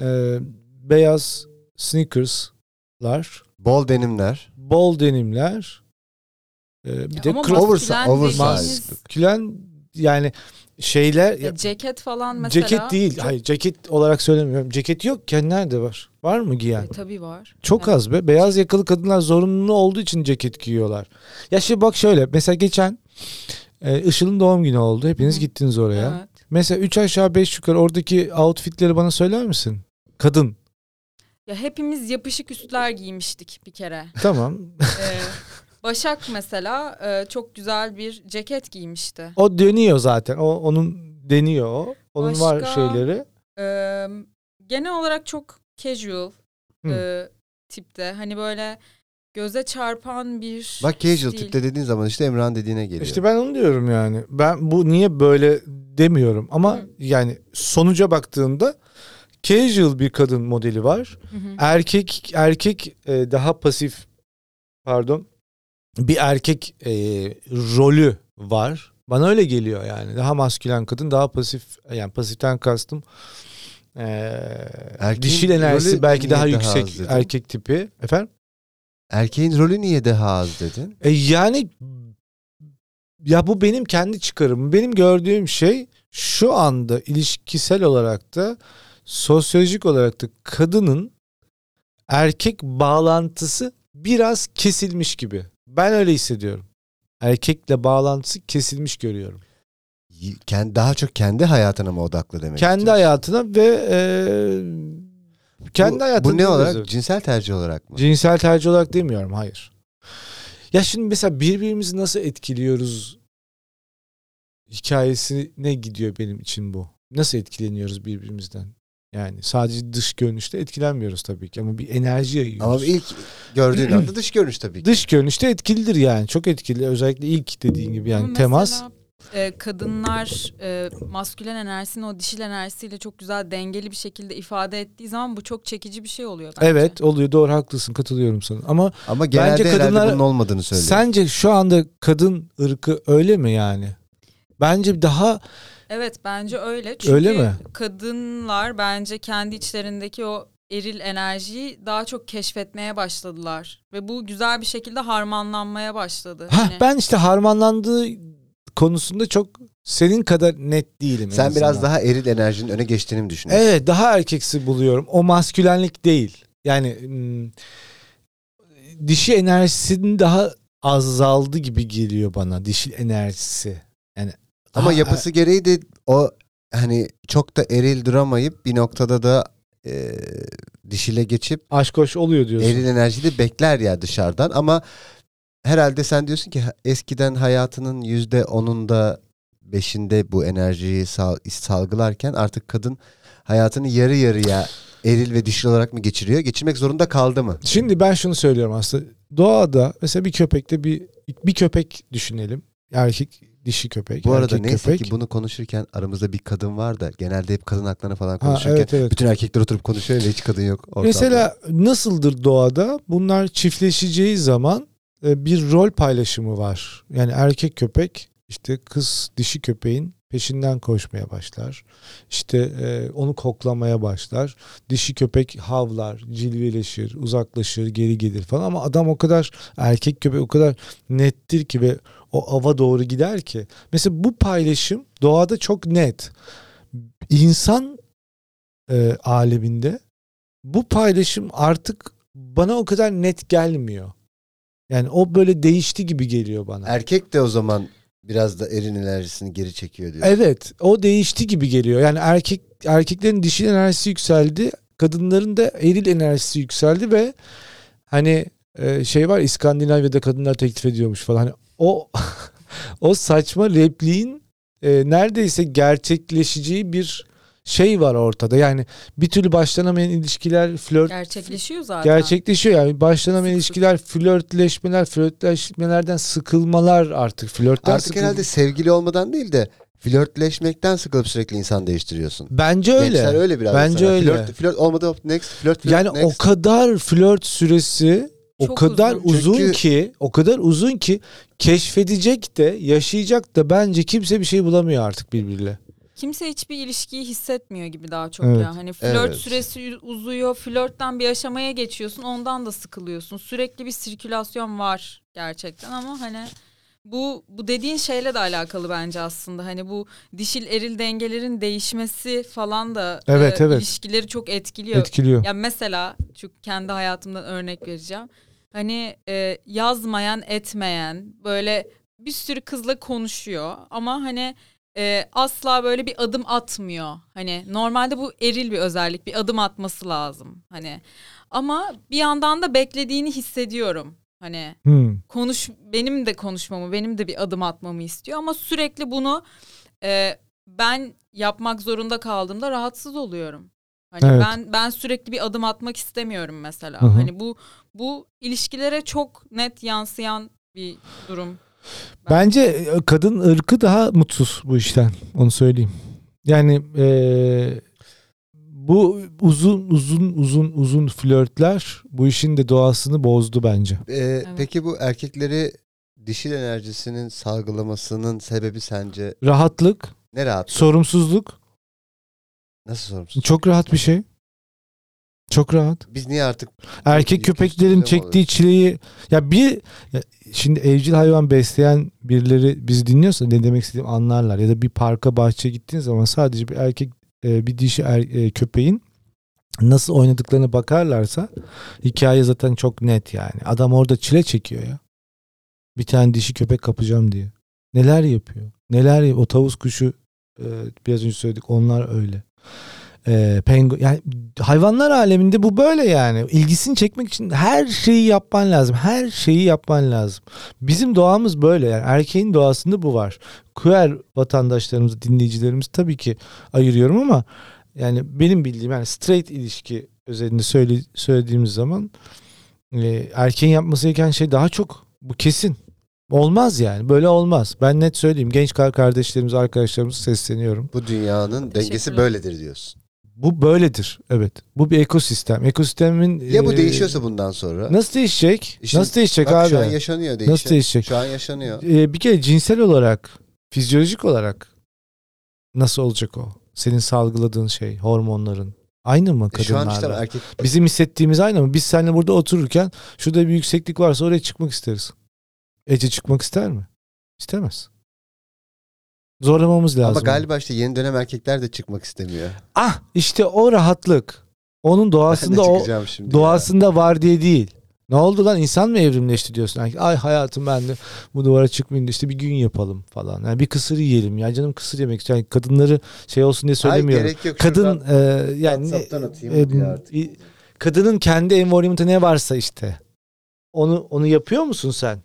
A: e, beyaz sneakerslar,
B: Bol denimler.
A: bol denimler, e, bir de
C: Ama
A: crop
B: Oversi-
C: maskülen
B: oversize.
C: dediğiniz-
A: külen yani şeyler
C: Ya ceket falan mesela.
A: ceket değil.
C: Çok-
A: Hayır ceket olarak söylemiyorum. Ceket yok ki nerede var? Var mı giyen?
C: E, tabii var.
A: Çok
C: Evet.
A: az be. Beyaz yakalı kadınlar zorunlu olduğu için ceket giyiyorlar. Ya şimdi bak şöyle. Mesela geçen e, Işıl'ın doğum günü oldu. Hepiniz
C: Hı.
A: gittiniz oraya.
C: Evet.
A: Mesela 3 aşağı 5 yukarı oradaki outfitleri bana söyler misin? Kadın.
C: Ya hepimiz yapışık üstler giymiştik bir kere.
A: Tamam.
C: Ee, Başak mesela e, çok güzel bir ceket giymişti.
A: o dönüyor zaten. O onun deniyor o. Onun var
C: Başka?
A: şeyleri.
C: Ee, genel olarak çok casual
A: Hı.
C: e, tipte. Hani böyle göze çarpan bir
B: Bak casual
C: stil.
B: tipte dediğin zaman işte Emrah'ın dediğine geliyor.
A: İşte ben onu diyorum yani. Ben bu niye böyle demiyorum ama
C: Hı.
A: yani sonuca baktığında casual bir kadın modeli var.
C: Hı hı.
A: erkek erkek e, daha pasif pardon bir erkek e, rolü var. Bana öyle geliyor yani. Daha maskülen kadın, daha pasif yani pasiften kastım e,
B: Erkeğin
A: dişil enerjisi
B: rolü
A: belki
B: niye
A: daha
B: daha
A: yüksek
B: az dedin?
A: erkek tipi. Efendim?
B: Erkeğin rolü niye daha az dedin?
A: E, yani ya bu benim kendi çıkarımım. Benim gördüğüm şey şu anda ilişkisel olarak da sosyolojik olarak da kadının erkek bağlantısı biraz kesilmiş gibi. Ben öyle hissediyorum. Erkekle bağlantısı kesilmiş görüyorum.
B: Y- kend- Daha çok kendi hayatına mı odaklı demek
A: kendi
B: istiyorsun?
A: hayatına ve e, kendi
B: bu,
A: hayatına
B: Bu ne
A: biraz
B: olarak?
A: öyle.
B: Cinsel tercih olarak mı?
A: Cinsel tercih olarak demiyorum hayır. Ya şimdi mesela birbirimizi nasıl etkiliyoruz hikayesine gidiyor benim için bu. Nasıl etkileniyoruz birbirimizden? Yani sadece dış görünüşte etkilenmiyoruz tabii ki ama bir enerji
B: Ama
A: yayıyoruz.
B: ilk gördüğün anda dış görünüş tabii ki.
A: dış görünüşte etkilidir yani. Çok etkili. Özellikle ilk dediğin gibi yani
C: Ama mesela,
A: temas.
C: e, kadınlar e, maskülen enerjisini o dişil enerjisiyle çok güzel dengeli bir şekilde ifade ettiği zaman bu çok çekici bir şey oluyor bence.
A: Evet oluyor doğru haklısın katılıyorum sana. Ama
B: Ama genelde
A: Bence
B: herhalde
A: kadınlar-
B: bunun olmadığını söylüyor.
A: sence şu anda kadın ırkı öyle mi yani? Bence daha
C: Evet bence öyle. Çünkü
A: Öyle mi?
C: kadınlar bence kendi içlerindeki o eril enerjiyi daha çok keşfetmeye başladılar. Ve bu güzel bir şekilde harmanlanmaya başladı.
A: Ha
C: Hani-
A: ben işte harmanlandığı konusunda çok senin kadar net değilim. en
B: Sen biraz
A: azından.
B: daha eril enerjinin öne geçtiğini mi düşünüyorsun?
A: Evet daha erkeksi buluyorum. O maskülenlik değil. Yani hmm, dişi enerjisinin daha azaldı gibi geliyor bana. Dişil enerjisi. Yani
B: Ama
A: daha-
B: yapısı gereği de o hani çok da eril duramayıp bir noktada da e, dişile geçip
A: aşk hoş oluyor diyorsun.
B: eril enerjiyi de bekler ya dışarıdan ama herhalde sen diyorsun ki ha- eskiden hayatının yüzde onunda beşinde bu enerjiyi sal- salgılarken artık kadın hayatını yarı yarıya eril ve dişil olarak mı geçiriyor? Geçirmek zorunda kaldı mı?
A: Şimdi ben şunu söylüyorum aslında. Doğada mesela bir köpekte bir bir köpek düşünelim. Erkek dişi köpek.
B: Bu arada
A: erkek
B: neyse
A: köpek.
B: ki bunu konuşurken aramızda bir kadın var da genelde hep kadın haklarını falan
A: Ha,
B: konuşurken
A: evet, evet.
B: bütün erkekler oturup konuşuyor ve hiç kadın yok ortamda.
A: Mesela nasıldır doğada? Bunlar çiftleşeceği zaman e, bir rol paylaşımı var. Yani erkek köpek işte kız dişi köpeğin peşinden koşmaya başlar. İşte e, onu koklamaya başlar. Dişi köpek havlar, cilveleşir, uzaklaşır, geri gelir falan ama adam o kadar erkek köpek o kadar nettir ki ve o ava doğru gider ki. Mesela bu paylaşım doğada çok net. İnsan e, aleminde bu paylaşım artık bana o kadar net gelmiyor. Yani o böyle değişti gibi geliyor bana.
B: Erkek de o zaman biraz da erin enerjisini geri çekiyor diyor.
A: Evet, o değişti gibi geliyor. Yani erkek erkeklerin dişil enerjisi yükseldi, kadınların da eril enerjisi yükseldi ve hani e, şey var İskandinavya'da kadınlar teklif ediyormuş falan. Hani o o saçma repliğin e, neredeyse gerçekleşeceği bir şey var ortada. Yani bir türlü başlanamayan ilişkiler, flört
C: Gerçekleşiyor zaten.
A: Gerçekleşiyor yani başlanamayan
C: Sık
A: ilişkiler, flörtleşmeler, flörtleşmelerden sıkılmalar artık. Flörtten
B: Artık
A: sıkıl-
B: herhalde sevgili olmadan değil de flörtleşmekten sıkılıp sürekli insan değiştiriyorsun.
A: Bence öyle.
B: Gençler öyle biraz.
A: Bence
B: mesela.
A: öyle.
B: Flört, flört olmadı hop next flört, flört
A: yani
B: next.
A: o kadar flört süresi o
C: Çok
A: kadar uzun,
C: uzun.
B: Çünkü-
A: ki o kadar uzun ki keşfedecek de yaşayacak da bence kimse bir şey bulamıyor artık birbiriyle.
C: Kimse hiçbir ilişkiyi hissetmiyor gibi daha çok
A: Evet.
C: ya. Hani flört
B: Evet.
C: süresi uzuyor. Flörtten bir aşamaya geçiyorsun. Ondan da sıkılıyorsun. Sürekli bir sirkülasyon var gerçekten ama hani bu bu dediğin şeyle de alakalı bence aslında. Hani bu dişil eril dengelerin değişmesi falan da e,
A: Evet, evet.
C: ilişkileri çok etkiliyor.
A: Etkiliyor.
C: Ya mesela şu kendi hayatımdan örnek vereceğim. Hani e, yazmayan etmeyen böyle bir sürü kızla konuşuyor ama hani e, asla böyle bir adım atmıyor. Hani normalde bu eril bir özellik bir adım atması lazım hani. Ama bir yandan da beklediğini hissediyorum. Hani
A: Hmm.
C: konuş benim de konuşmamı benim de bir adım atmamı istiyor ama sürekli bunu e, ben yapmak zorunda kaldığımda rahatsız oluyorum. Hani
A: Evet.
C: ben ben sürekli bir adım atmak istemiyorum mesela.
A: Hı hı.
C: Hani bu bu ilişkilere çok net yansıyan bir durum.
A: Bence e, kadın ırkı daha mutsuz bu işten. Onu söyleyeyim. Yani e, bu uzun uzun uzun uzun flörtler bu işin de doğasını bozdu bence.
B: Ee, Peki bu erkekleri dişil enerjisinin salgılamasının sebebi sence
A: Rahatlık,
B: ne rahat?
A: sorumsuzluk
B: Nasıl sorumsuz?
A: çok rahat bir şey. Çok rahat.
B: Biz niye artık
A: Erkek
B: İlginç
A: köpeklerin
B: bir şey mi
A: çektiği çileyi ya bir ya şimdi evcil hayvan besleyen birileri bizi dinliyorsa ne demek istediğimi anlarlar ya da bir parka bahçeye gittiğin zaman sadece bir erkek e, bir dişi er- e, köpeğin nasıl oynadıklarına bakarlarsa hikaye zaten çok net yani. Adam orada çile çekiyor ya. Bir tane dişi köpek kapacağım diye. Neler yapıyor? Neler yap- o tavus kuşu e, biraz önce söyledik onlar öyle. E, pengu yani hayvanlar aleminde bu böyle yani. İlgisini çekmek için her şeyi yapman lazım. Her şeyi yapman lazım. Bizim doğamız böyle yani. Erkeğin doğasında bu var. Queer vatandaşlarımızı, dinleyicilerimizi tabii ki ayırıyorum ama yani benim bildiğim yani straight ilişki özelinde söyle, söylediğimiz zaman e, erkeğin yapması gereken şey daha çok bu kesin. Olmaz yani. Böyle olmaz. Ben net söyleyeyim. Genç kar- kardeşlerimiz, arkadaşlarımıza sesleniyorum.
B: bu dünyanın dengesi
C: Teşekkürler.
B: böyledir diyorsun?
A: Bu böyledir. Evet. Bu bir ekosistem. Ekosistemin
B: Ya bu
A: e,
B: değişiyorsa bundan sonra?
A: Nasıl değişecek?
B: İşte
A: nasıl değişecek
B: Bak
A: abi?
B: şu an yaşanıyor değişim.
A: nasıl değişecek?
B: Şu an yaşanıyor.
A: Ee, bir kere cinsel olarak, fizyolojik olarak nasıl olacak o? Senin salgıladığın şey, hormonların. Aynı mı
B: E şu an
A: kadınlarla?
B: işte erkek
A: Bizim hissettiğimiz aynı mı? Biz seninle burada otururken şurada bir yükseklik varsa oraya çıkmak isteriz. Ece çıkmak ister mi? İstemez. Zorlamamız lazım.
B: Ama galiba işte yeni dönem erkekler de çıkmak istemiyor.
A: Ah işte o rahatlık. Onun doğasında
B: ben de
A: o
B: çıkacağım şimdi.
A: doğasında var diye değil. Ne oldu lan insan mı evrimleşti diyorsun? Ay- Ay hayatım ben de bu duvara çıkmayayım da işte bir gün yapalım falan. Yani bir kısır yiyelim ya canım kısır yemek. istiyor. Yani kadınları şey olsun diye
B: ya. Ay,
A: söylemiyorum.
B: gerek yok.
A: Kadın
B: Şuradan
A: e, yani
B: WhatsApp'tan atayım
A: e,
B: diye artık.
A: i- kadının kendi environment'ı ne varsa işte. Onu onu yapıyor musun sen?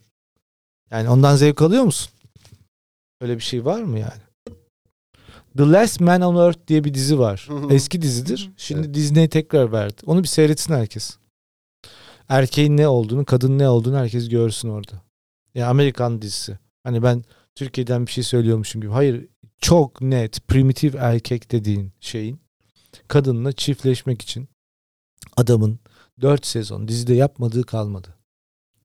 A: Yani ondan zevk alıyor musun? Öyle bir şey var mı yani? The Last Man on Earth diye bir dizi var.
B: Hı hı.
A: Eski dizidir. Şimdi Disney tekrar verdi. Onu bir seyretsin herkes. Erkeğin ne olduğunu, kadın ne olduğunu herkes görsün orada. Ya Amerikan dizisi. Hani ben Türkiye'den bir şey söylüyormuşum gibi. Hayır, çok net primitif erkek dediğin şeyin kadınla çiftleşmek için adamın 4 sezon dizide yapmadığı kalmadı.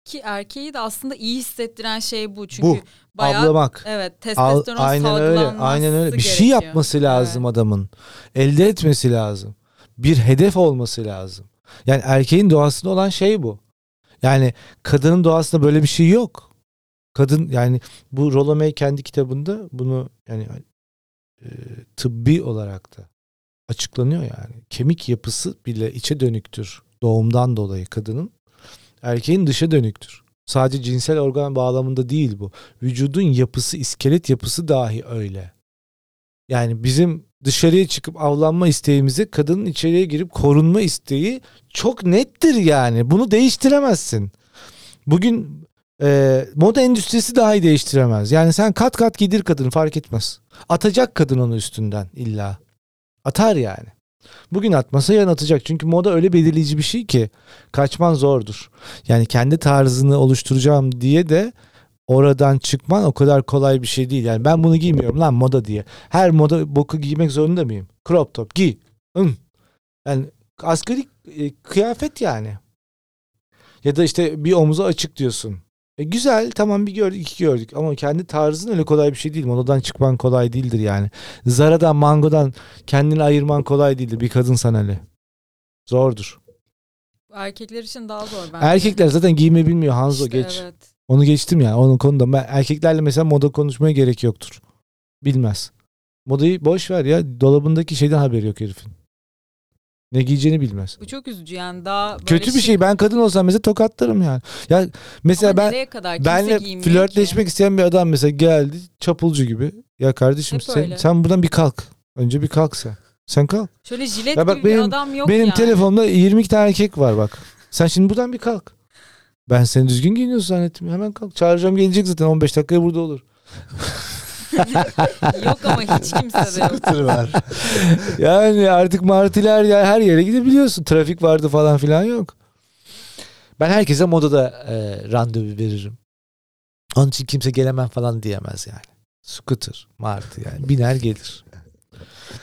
C: Ki erkeği de aslında iyi hissettiren şey bu. Çünkü
A: Bu,
C: bayağı
A: Avlamak.
C: evet
A: Al-
C: testosteron
A: aynen öyle.
C: salgılanması
A: Aynen öyle. Bir şey
C: gerekiyor.
A: yapması lazım adamın. Elde etmesi lazım. Bir hedef olması lazım. Yani erkeğin doğasında olan şey bu. Yani kadının doğasında böyle bir şey yok. Kadın yani bu Rollo May kendi kitabında bunu yani e, tıbbi olarak da açıklanıyor yani. Kemik yapısı bile içe dönüktür doğumdan dolayı kadının. Erkeğin dışa dönüktür. Sadece cinsel organ bağlamında değil bu vücudun yapısı, iskelet yapısı dahi öyle. Yani bizim dışarıya çıkıp avlanma isteğimizi kadının içeriye girip korunma isteği çok nettir yani. Bunu değiştiremezsin. Bugün e, moda endüstrisi dahi değiştiremez. Yani sen kat kat giydir kadını fark etmez. Atacak kadın onu üstünden illa. Atar yani. Bugün atmasa yarın atacak. Çünkü moda öyle belirleyici bir şey ki kaçman zordur. Yani kendi tarzını oluşturacağım diye de oradan çıkman o kadar kolay bir şey değil. Yani ben bunu giymiyorum lan moda diye. Her moda boku giymek zorunda mıyım? Crop top giy. Hın. Yani asgari e, kıyafet yani. Ya da işte bir omuza açık diyorsun. E, güzel tamam bir gördük iki gördük ama kendi tarzın öyle kolay bir şey değil. Modadan çıkman kolay değildir yani. Zara'dan Mango'dan kendini ayırman kolay değildir bir kadınsan hele. Zordur.
C: Erkekler için daha zor bence.
A: Erkekler zaten giyme bilmiyor Hanzo
C: İşte
A: geç.
C: Evet.
A: Onu geçtim ya. Onun konuda ben erkeklerle mesela moda konuşmaya gerek yoktur. Bilmez. Modayı boş ver ya. Dolabındaki şeyden haberi yok herifin. Ne giyeceğini bilmez.
C: Bu çok üzücü yani daha böyle
A: Kötü bir
C: şık-
A: şey. Ben kadın olsam mesela tokatlarım yani. Ya mesela
C: Ama
A: ben
C: nereye kadar kimse
A: benle
C: giymiyor ki.
A: flörtleşmek isteyen bir adam mesela geldi çapulcu gibi. Ya kardeşim
C: Hep
A: sen,
C: öyle.
A: sen buradan bir kalk. Önce bir kalk sen. Sen kalk.
C: Şöyle jilet
A: Ya bak
C: gibi
A: benim-
C: bir adam yok
A: Benim
C: yani.
A: telefonda 22 tane erkek var bak. Sen şimdi buradan bir kalk. Ben seni düzgün giyiniyorsun zannettim. Hemen kalk. Çağıracağım gelecek zaten 15 dakikaya burada olur.
C: yok ama hiç kimse de yok.
B: Tır var.
A: Yani artık martiler ya her yere gidebiliyorsun. Trafik vardı falan filan yok. Ben herkese modada e, randevu veririm. Onun için kimse gelemem falan diyemez yani. Scooter, martı yani. Biner gelir.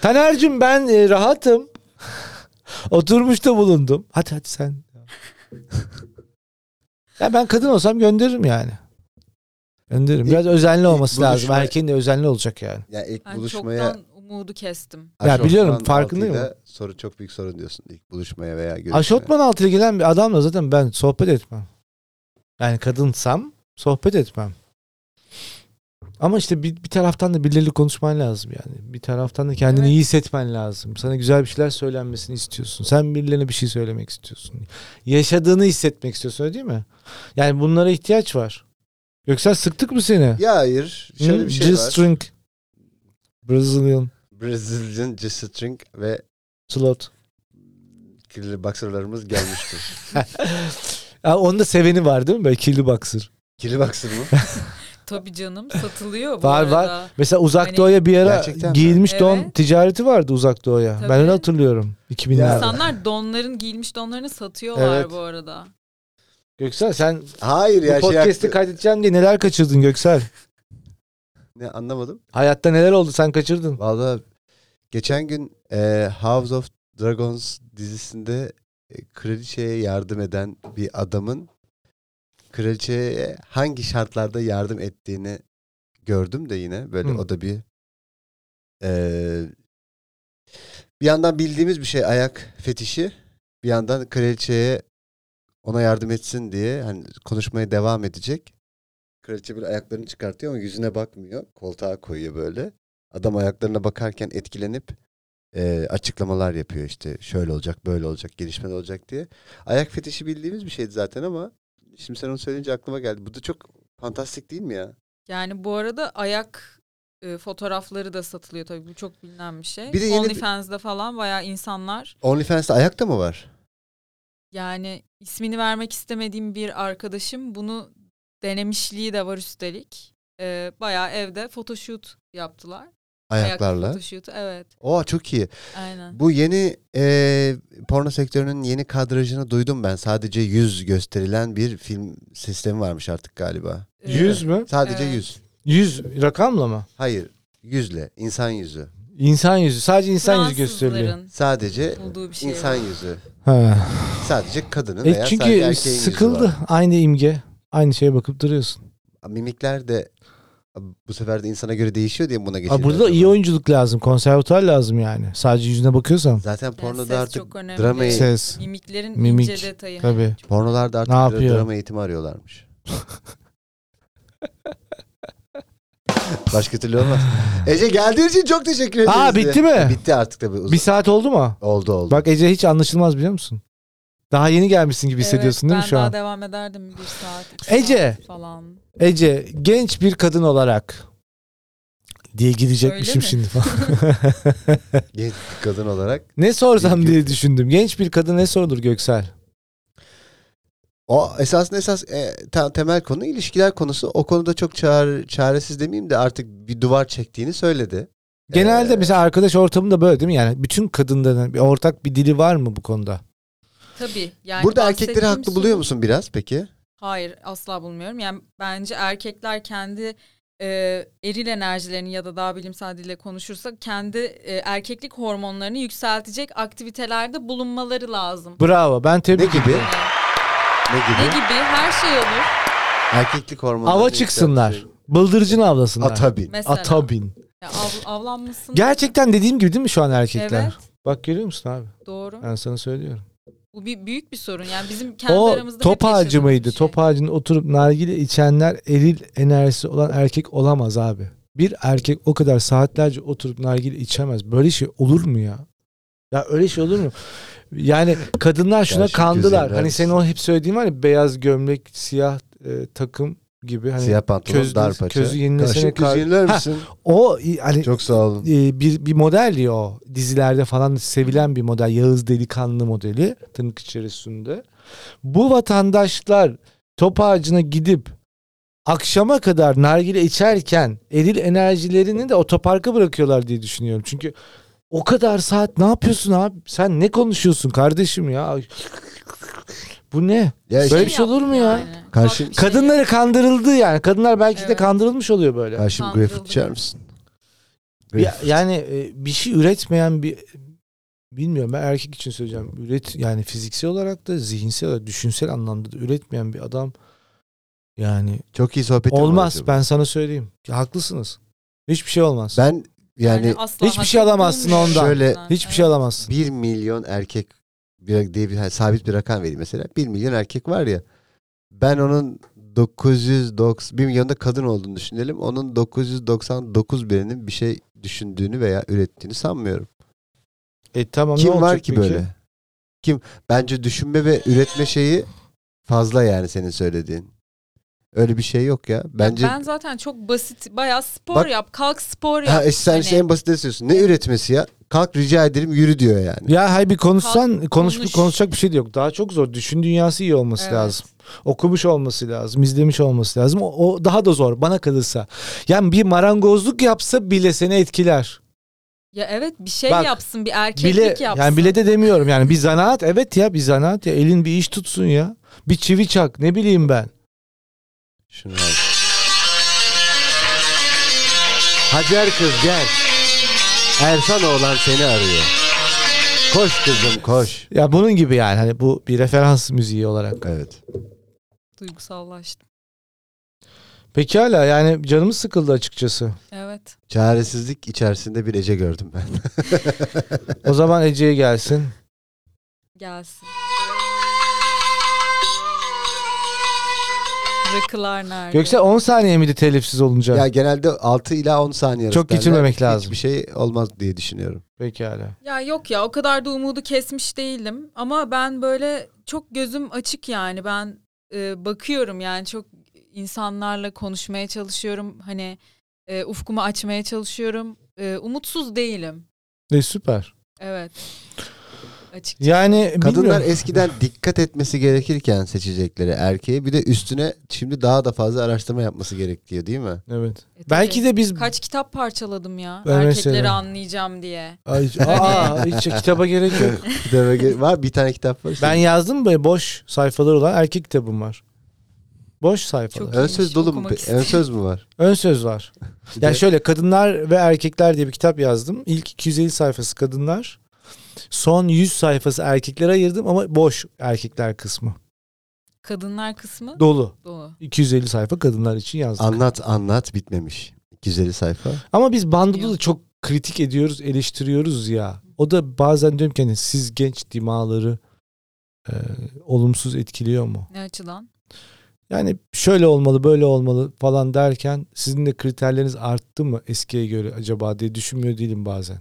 A: Taner'cim ben e, rahatım. Oturmuş da bulundum. Hadi hadi sen. ya ben kadın olsam gönderirim yani. Gönderirim. Biraz özenli olması
B: buluşma-
A: lazım. Erkeğin de özenli olacak yani.
B: Ya ilk
C: Ben
B: buluşmaya
C: çoktan umudu kestim.
A: Ya
B: Aşortman
A: biliyorum, farkındayım
B: altıyla Soru çok büyük sorun diyorsun ilk buluşmaya veya görüşmeye.
A: Aşotman altıyla gelen bir adamla zaten ben sohbet etmem. Yani kadınsam sohbet etmem. Ama işte bir, bir taraftan da birileriyle konuşman lazım yani. Bir taraftan da kendini
C: Evet.
A: iyi hissetmen lazım. Sana güzel bir şeyler söylenmesini istiyorsun. Sen birilerine bir şey söylemek istiyorsun. Yaşadığını hissetmek istiyorsun öyle değil mi? Yani bunlara ihtiyaç var. Göksel sıktık mı seni?
B: Ya hayır. Şöyle
A: Hı?
B: bir şey
A: Hmm, Just
B: var.
A: drink. Brazilian
B: Brazilian Just Drink ve
A: slot.
B: kirli boxerlarımız gelmiştir.
A: Ya onun da seveni var değil mi? Böyle kirli baksır.
B: kirli boxer mı?
C: Tabii canım satılıyor bu
A: Var,
C: arada.
A: var. Mesela uzak
C: Hani-
A: doğuya bir ara
B: Gerçekten mi?
A: giyilmiş don
C: Evet.
A: ticareti vardı uzak doğuya.
C: Tabii.
A: Ben öyle hatırlıyorum 2000'lerde.
B: İnsan-
C: İnsanlar donların giyilmiş donlarını satıyorlar
A: Evet.
C: bu arada.
A: Göksel sen
B: Hayır ya
A: bu
B: şey
A: podcast'i
B: yaptı.
A: kaydedeceğim diye neler kaçırdın Göksel?
B: Ne anlamadım.
A: Hayatta neler oldu sen kaçırdın?
B: Vallahi geçen gün e, House of Dragons dizisinde e, kraliçeye yardım eden bir adamın kraliçeye hangi şartlarda yardım ettiğini gördüm de yine böyle
A: Hı.
B: o da bir e, bir yandan bildiğimiz bir şey ayak fetişi bir yandan kraliçeye ona yardım etsin diye hani konuşmaya devam edecek. Kraliçe böyle ayaklarını çıkartıyor ama yüzüne bakmıyor. Koltuğa koyuyor böyle. Adam ayaklarına bakarken etkilenip e, açıklamalar yapıyor işte. Şöyle olacak, böyle olacak, gelişmeler olacak diye. Ayak fetişi bildiğimiz bir şeydi zaten ama şimdi sen onu söyleyince aklıma geldi. Bu da çok fantastik değil mi ya?
C: Yani bu arada ayak e, fotoğrafları da satılıyor tabii. Bu çok bilinen bir şey.
B: Bir de yeni bir-
C: OnlyFans'da falan bayağı insanlar
B: OnlyFans'te ayak da mı var?
C: yani ismini vermek istemediğim bir arkadaşım bunu denemişliği de var üstelik. E, bayağı evde photoshoot yaptılar.
B: Ayaklarla.
C: Ayak photoshoot'u evet.
B: Oo çok iyi.
C: Aynen.
B: Bu yeni e, porno sektörünün yeni kadrajını duydum ben. Sadece yüz gösterilen bir film sistemi varmış artık galiba.
C: E,
A: 100 mü?
B: Sadece
C: Evet.
B: yüz.
A: 100 rakamla mı?
B: Hayır. Yüzle. insan yüzü.
A: İnsan yüzü. Sadece insan yüzü gösteriliyor.
C: Fransızların
B: Sadece
C: bulduğu bir şey.
B: insan
C: var.
B: yüzü.
A: Ha.
B: Sadece kadının
A: E
B: veya sadece
A: çünkü
B: erkeğin yüzü var.
A: sıkıldı. Aynı imge. Aynı şeye bakıp duruyorsun.
B: Mimikler de bu sefer de insana göre değişiyor diye buna
A: Aa,
B: geçiyor.
A: burada da iyi oyunculuk lazım. Konservatuar lazım yani. Sadece yüzüne bakıyorsan.
B: Zaten pornoda
C: ses
B: artık
C: çok önemli.
B: dramayı
A: Ses.
C: Mimiklerin
A: Mimik.
C: ince detayı.
A: Tabii.
B: pornolarda artık
A: Ne
B: dra-
A: yapıyor?
B: drama eğitimi arıyorlarmış. Başka türlü olmaz. Ece geldiğin için çok teşekkür ederiz. E,
A: Aa, bitti mi?
B: Bitti artık tabii. Uzun.
A: Bir saat oldu mu?
B: Oldu oldu.
A: Bak Ece hiç anlaşılmaz biliyor musun? Daha yeni gelmişsin gibi hissediyorsun
C: evet,
A: değil mi şu
C: ben
A: an?
C: daha devam ederdim bir saat, iki
A: Ece.
C: saat falan.
A: Ece genç bir kadın olarak diye
C: Öyle
A: gidecekmişim
C: mi?
A: şimdi falan.
B: Genç bir kadın olarak.
A: ne sorsam
B: Bilgi-
A: diye düşündüm. Genç bir kadın ne sorulur Göksel?
B: O esasında esas e, te- temel konu ilişkiler konusu. O konuda çok çağır, çaresiz demeyeyim de artık bir duvar çektiğini söyledi.
A: Genelde
B: Ee,
A: mesela arkadaş ortamında böyle değil mi? Yani bütün kadınların bir ortak bir dili var mı bu konuda?
C: Tabii. Yani
B: Burada erkekleri
C: bahsettiğim
B: haklı
C: sorun-
B: buluyor musun biraz peki?
C: Hayır asla bulmuyorum. Yani bence erkekler kendi e, eril enerjilerini ya da daha bilimsel dille konuşursak kendi e, erkeklik hormonlarını yükseltecek aktivitelerde bulunmaları lazım.
A: Bravo. Ben
B: Ne
A: tebrik
B: gibi? Ne
C: Ne
B: gibi?
C: gibi her şey olur.
B: Erkeklik hormonu.
A: Ava çıksınlar. Bıldırcın
B: şey.
A: avlasınlar.
B: Atabin.
C: Mesela
A: Atabin.
C: Ya av- avlanmasın.
A: Gerçekten dediğim gibi değil mi şu an erkekler?
C: Evet
A: Bak görüyor musun abi?
C: doğru.
A: Ben sana söylüyorum.
C: Bu bir büyük bir sorun. Yani bizim kendi
A: o
C: aramızda hep
A: top ağacı
C: yaşadığımız
A: mıydı?
C: bir şey.
A: Top ağacında oturup nargile içenler eril enerjisi olan erkek olamaz abi. Bir erkek o kadar saatlerce oturup nargile içemez. Böyle şey olur mu ya? Ya öyle şey olur mu? Yani kadınlar şuna
B: Gerçek
A: kandılar.
B: güzeller.
A: Hani senin o hep söylediğin var ya beyaz gömlek, siyah e, takım gibi hani
B: Siyah pantolon,
A: közlü-
B: dar paça.
A: közü yenilesene
B: Karşı
A: kar-
B: közü yeniler
A: Ha,
B: misin?
A: o i- hani
B: Çok sağ olun.
A: e, bir bir model ya o dizilerde falan sevilen bir model Yağız delikanlı modeli tırnak içerisinde. Bu vatandaşlar top ağacına gidip akşama kadar nargile içerken eril enerjilerini de otoparka bırakıyorlar diye düşünüyorum. Çünkü o kadar saat ne yapıyorsun abi? Sen ne konuşuyorsun kardeşim ya? Ay, Bu ne?
B: Ya
A: Böyle
B: işte,
A: bir şey olur mu ya?
C: Yani.
B: Karşı-
C: Bak, şey-
A: Kadınları kandırıldı yani. Kadınlar belki de
C: Evet.
A: kandırılmış oluyor böyle.
B: karşım
C: Kandırıldı.
B: grafit içer misin?
A: Ya-
B: Greyfurt.
A: yani e, bir şey üretmeyen bir bilmiyorum ben erkek için söyleyeceğim. Üret yani fiziksel olarak da zihinsel olarak düşünsel anlamda da üretmeyen bir adam yani
B: Çok iyi sohbet ama
A: olmaz
B: acaba.
A: ben sana söyleyeyim. Ya haklısınız. Hiçbir şey olmaz.
B: Ben yani,
C: asla
A: hiçbir şey
C: hak
A: alamazsın
C: bulmuyorum.
A: ondan.
B: Şöyle-
A: Hiçbir
C: Evet.
A: şey alamazsın.
B: 1 milyon erkek bir, diye bir hani sabit bir rakam vereyim mesela. 1 milyon erkek var ya. Ben onun 990 1 milyonda kadın olduğunu düşünelim. Onun 999 birinin bir şey düşündüğünü veya ürettiğini sanmıyorum.
A: E tamam ne
B: Kim var
A: olacak
B: ki
A: peki?
B: böyle? Kim? Bence düşünme ve üretme şeyi fazla yani senin söylediğin. Öyle bir şey yok ya. Bence
C: Ben zaten çok basit bayağı spor
B: Bak-
C: yap kalk spor yap.
B: ha, e, sen
C: Hani
B: işte en basit istiyorsun. Ne üretmesi ya? Kalk rica ederim yürü diyor yani.
A: Ya hay bir konuşsan
C: Kalk,
A: konuş,
C: konuş.
A: konuşacak bir şey de yok. Daha çok zor. Düşün dünyası iyi olması
C: Evet.
A: lazım. Okumuş olması lazım, izlemiş olması lazım. O, o daha da zor bana kalırsa. Yani bir marangozluk yapsa bile seni etkiler.
C: Ya evet bir şey
A: Bak,
C: yapsın bir erkeklik
A: bile
C: yapsın.
A: yani bile de demiyorum yani bir zanaat evet ya bir zanaat ya elin bir iş tutsun ya bir çivi çak ne bileyim ben
B: Şunu al. Hacer kız gel. Ersan oğlan seni arıyor. Koş kızım koş.
A: ya bunun gibi yani hani bu bir referans müziği olarak
B: Evet.
C: Duygusallaştım.
A: pekala yani canımız sıkıldı açıkçası
C: Evet.
B: Çaresizlik içerisinde bir Ece gördüm ben.
A: o zaman Ece'ye gelsin
C: Gelsin. Rakılar nerede?
A: Göksel 10 saniye miydi telifsiz olunca?
B: Ya genelde 6 ila 10 saniye arası
A: Çok
B: derler.
A: geçirmemek lazım.
B: Hiçbir şey olmaz diye düşünüyorum.
A: Pekala.
C: Ya yok ya o kadar da umudu kesmiş değilim. Ama ben böyle çok gözüm açık yani. Ben e, bakıyorum yani çok insanlarla konuşmaya çalışıyorum. Hani e, ufkumu açmaya çalışıyorum. E, umutsuz değilim.
A: Ne süper.
C: Evet. Açık.
A: Yani
B: Kadınlar
A: bilmiyorum.
B: eskiden dikkat etmesi gerekirken seçecekleri erkeği bir de üstüne şimdi daha da fazla araştırma yapması gerekiyor değil mi?
A: Evet.
C: E, tabii.
A: Belki de biz
C: Kaç kitap parçaladım ya
A: Ben
C: erkekleri
A: mesela.
C: anlayacağım diye.
A: Ay, aa, hiç kitaba gerek yok.
B: Kitaba gir- var bir tane kitap var.
A: Ben yazdım böyle boş sayfalar olan erkek kitabım var. Boş sayfalar.
C: Çok-
B: ön söz dolu mu?
C: Okumak
B: pe- Ön
C: istedim.
B: söz mü var?
A: Ön söz var.
B: Bir
A: Ya
B: de-
A: şöyle kadınlar ve erkekler diye bir kitap yazdım. İlk 250 sayfası kadınlar. Son 100 sayfası erkeklere ayırdım ama boş erkekler kısmı.
C: Kadınlar kısmı
A: Dolu.
C: dolu.
A: 250 sayfa kadınlar için yazdım.
B: anlat anlat bitmemiş. 250 sayfa.
A: Ama biz bandıda da çok kritik ediyoruz, eleştiriyoruz ya. O da bazen diyorum ki hani siz genç dimağları e, olumsuz etkiliyor mu?
C: Ne açıdan?
A: Yani şöyle olmalı, böyle olmalı falan derken sizin de kriterleriniz arttı mı eskiye göre acaba diye düşünmüyor değilim bazen.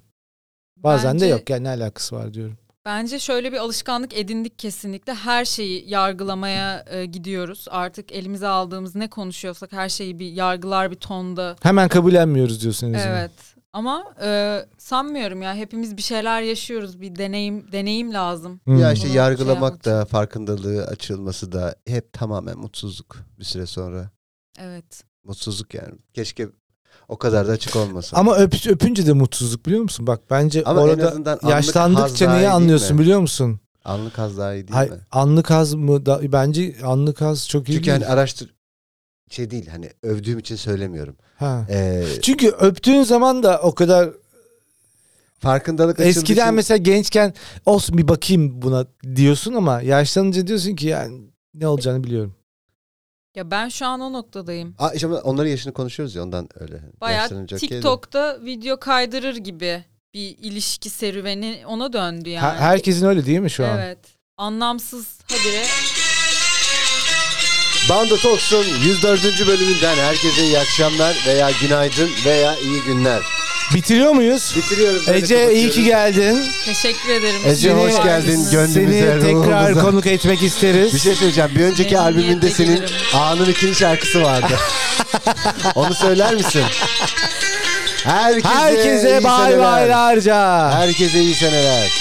A: Bazen
C: Bence-
A: de yok yani ne alakası var diyorum.
C: Bence şöyle bir alışkanlık edindik kesinlikle. Her şeyi yargılamaya e, gidiyoruz. Artık elimize aldığımız ne konuşuyorsak her şeyi bir yargılar bir tonda.
A: Hemen kabullenmiyoruz diyorsun en azından.
C: Evet. Ama e, sanmıyorum ya hepimiz bir şeyler yaşıyoruz. Bir deneyim deneyim lazım.
A: Hmm.
B: Ya işte
C: Bunu
B: yargılamak
C: şey
B: da farkındalığı açılması da hep tamamen mutsuzluk bir süre sonra.
C: Evet.
B: Mutsuzluk yani. Keşke o kadar da açık olmasa.
A: Ama öp, öpünce de mutsuzluk biliyor musun? Bak bence
B: Ama en
A: orada
B: azından anlık haz
A: yaşlandıkça
B: daha iyi
A: neyi
B: değil
A: anlıyorsun
B: mi?
A: biliyor musun?
B: Anlık haz daha iyi değil
A: Hay-
B: mi?
A: anlık haz mı? Da, bence anlık haz çok iyi
B: Çünkü
A: değil.
B: hani araştır şey değil hani övdüğüm için söylemiyorum.
A: Ha.
B: Ee,
A: Çünkü öptüğün zaman da o kadar
B: farkındalık açıldığı
A: eskiden
B: için
A: mesela gençken olsun bir bakayım buna diyorsun ama yaşlanınca diyorsun ki yani ne olacağını biliyorum.
C: Ya ben şu an o noktadayım.
B: Aa, işte ama onların yaşını konuşuyoruz ya ondan öyle.
C: Bayağı
B: Yaşlanınca okey de.
C: TikTok'ta video kaydırır gibi bir ilişki serüveni ona döndü yani.
A: Her- herkesin öyle değil mi şu an?
C: Evet. Anlamsız habire
B: Bando Talks'un 104. bölümünden herkese iyi akşamlar veya günaydın veya iyi günler.
A: Bitiriyor muyuz?
B: Bitiriyoruz. böyle
A: Ece iyi ki
B: kapatıyoruz.
A: geldin.
C: teşekkür ederim.
B: Ece,
C: Sizin
B: hoş geldin.
C: varlığınız.
A: Seni
B: Gönlümüze,
A: tekrar
B: ruhumuza.
A: konuk etmek isteriz.
B: Bir şey söyleyeceğim. Bir önceki
C: Memnuniyetle
B: albümünde senin
C: gelirim.
B: A'nın ikinci şarkısı vardı. Onu söyler misin? Herkese, iyi
A: Herkese bay
B: seneler.
A: baylarca.
B: Herkese iyi seneler.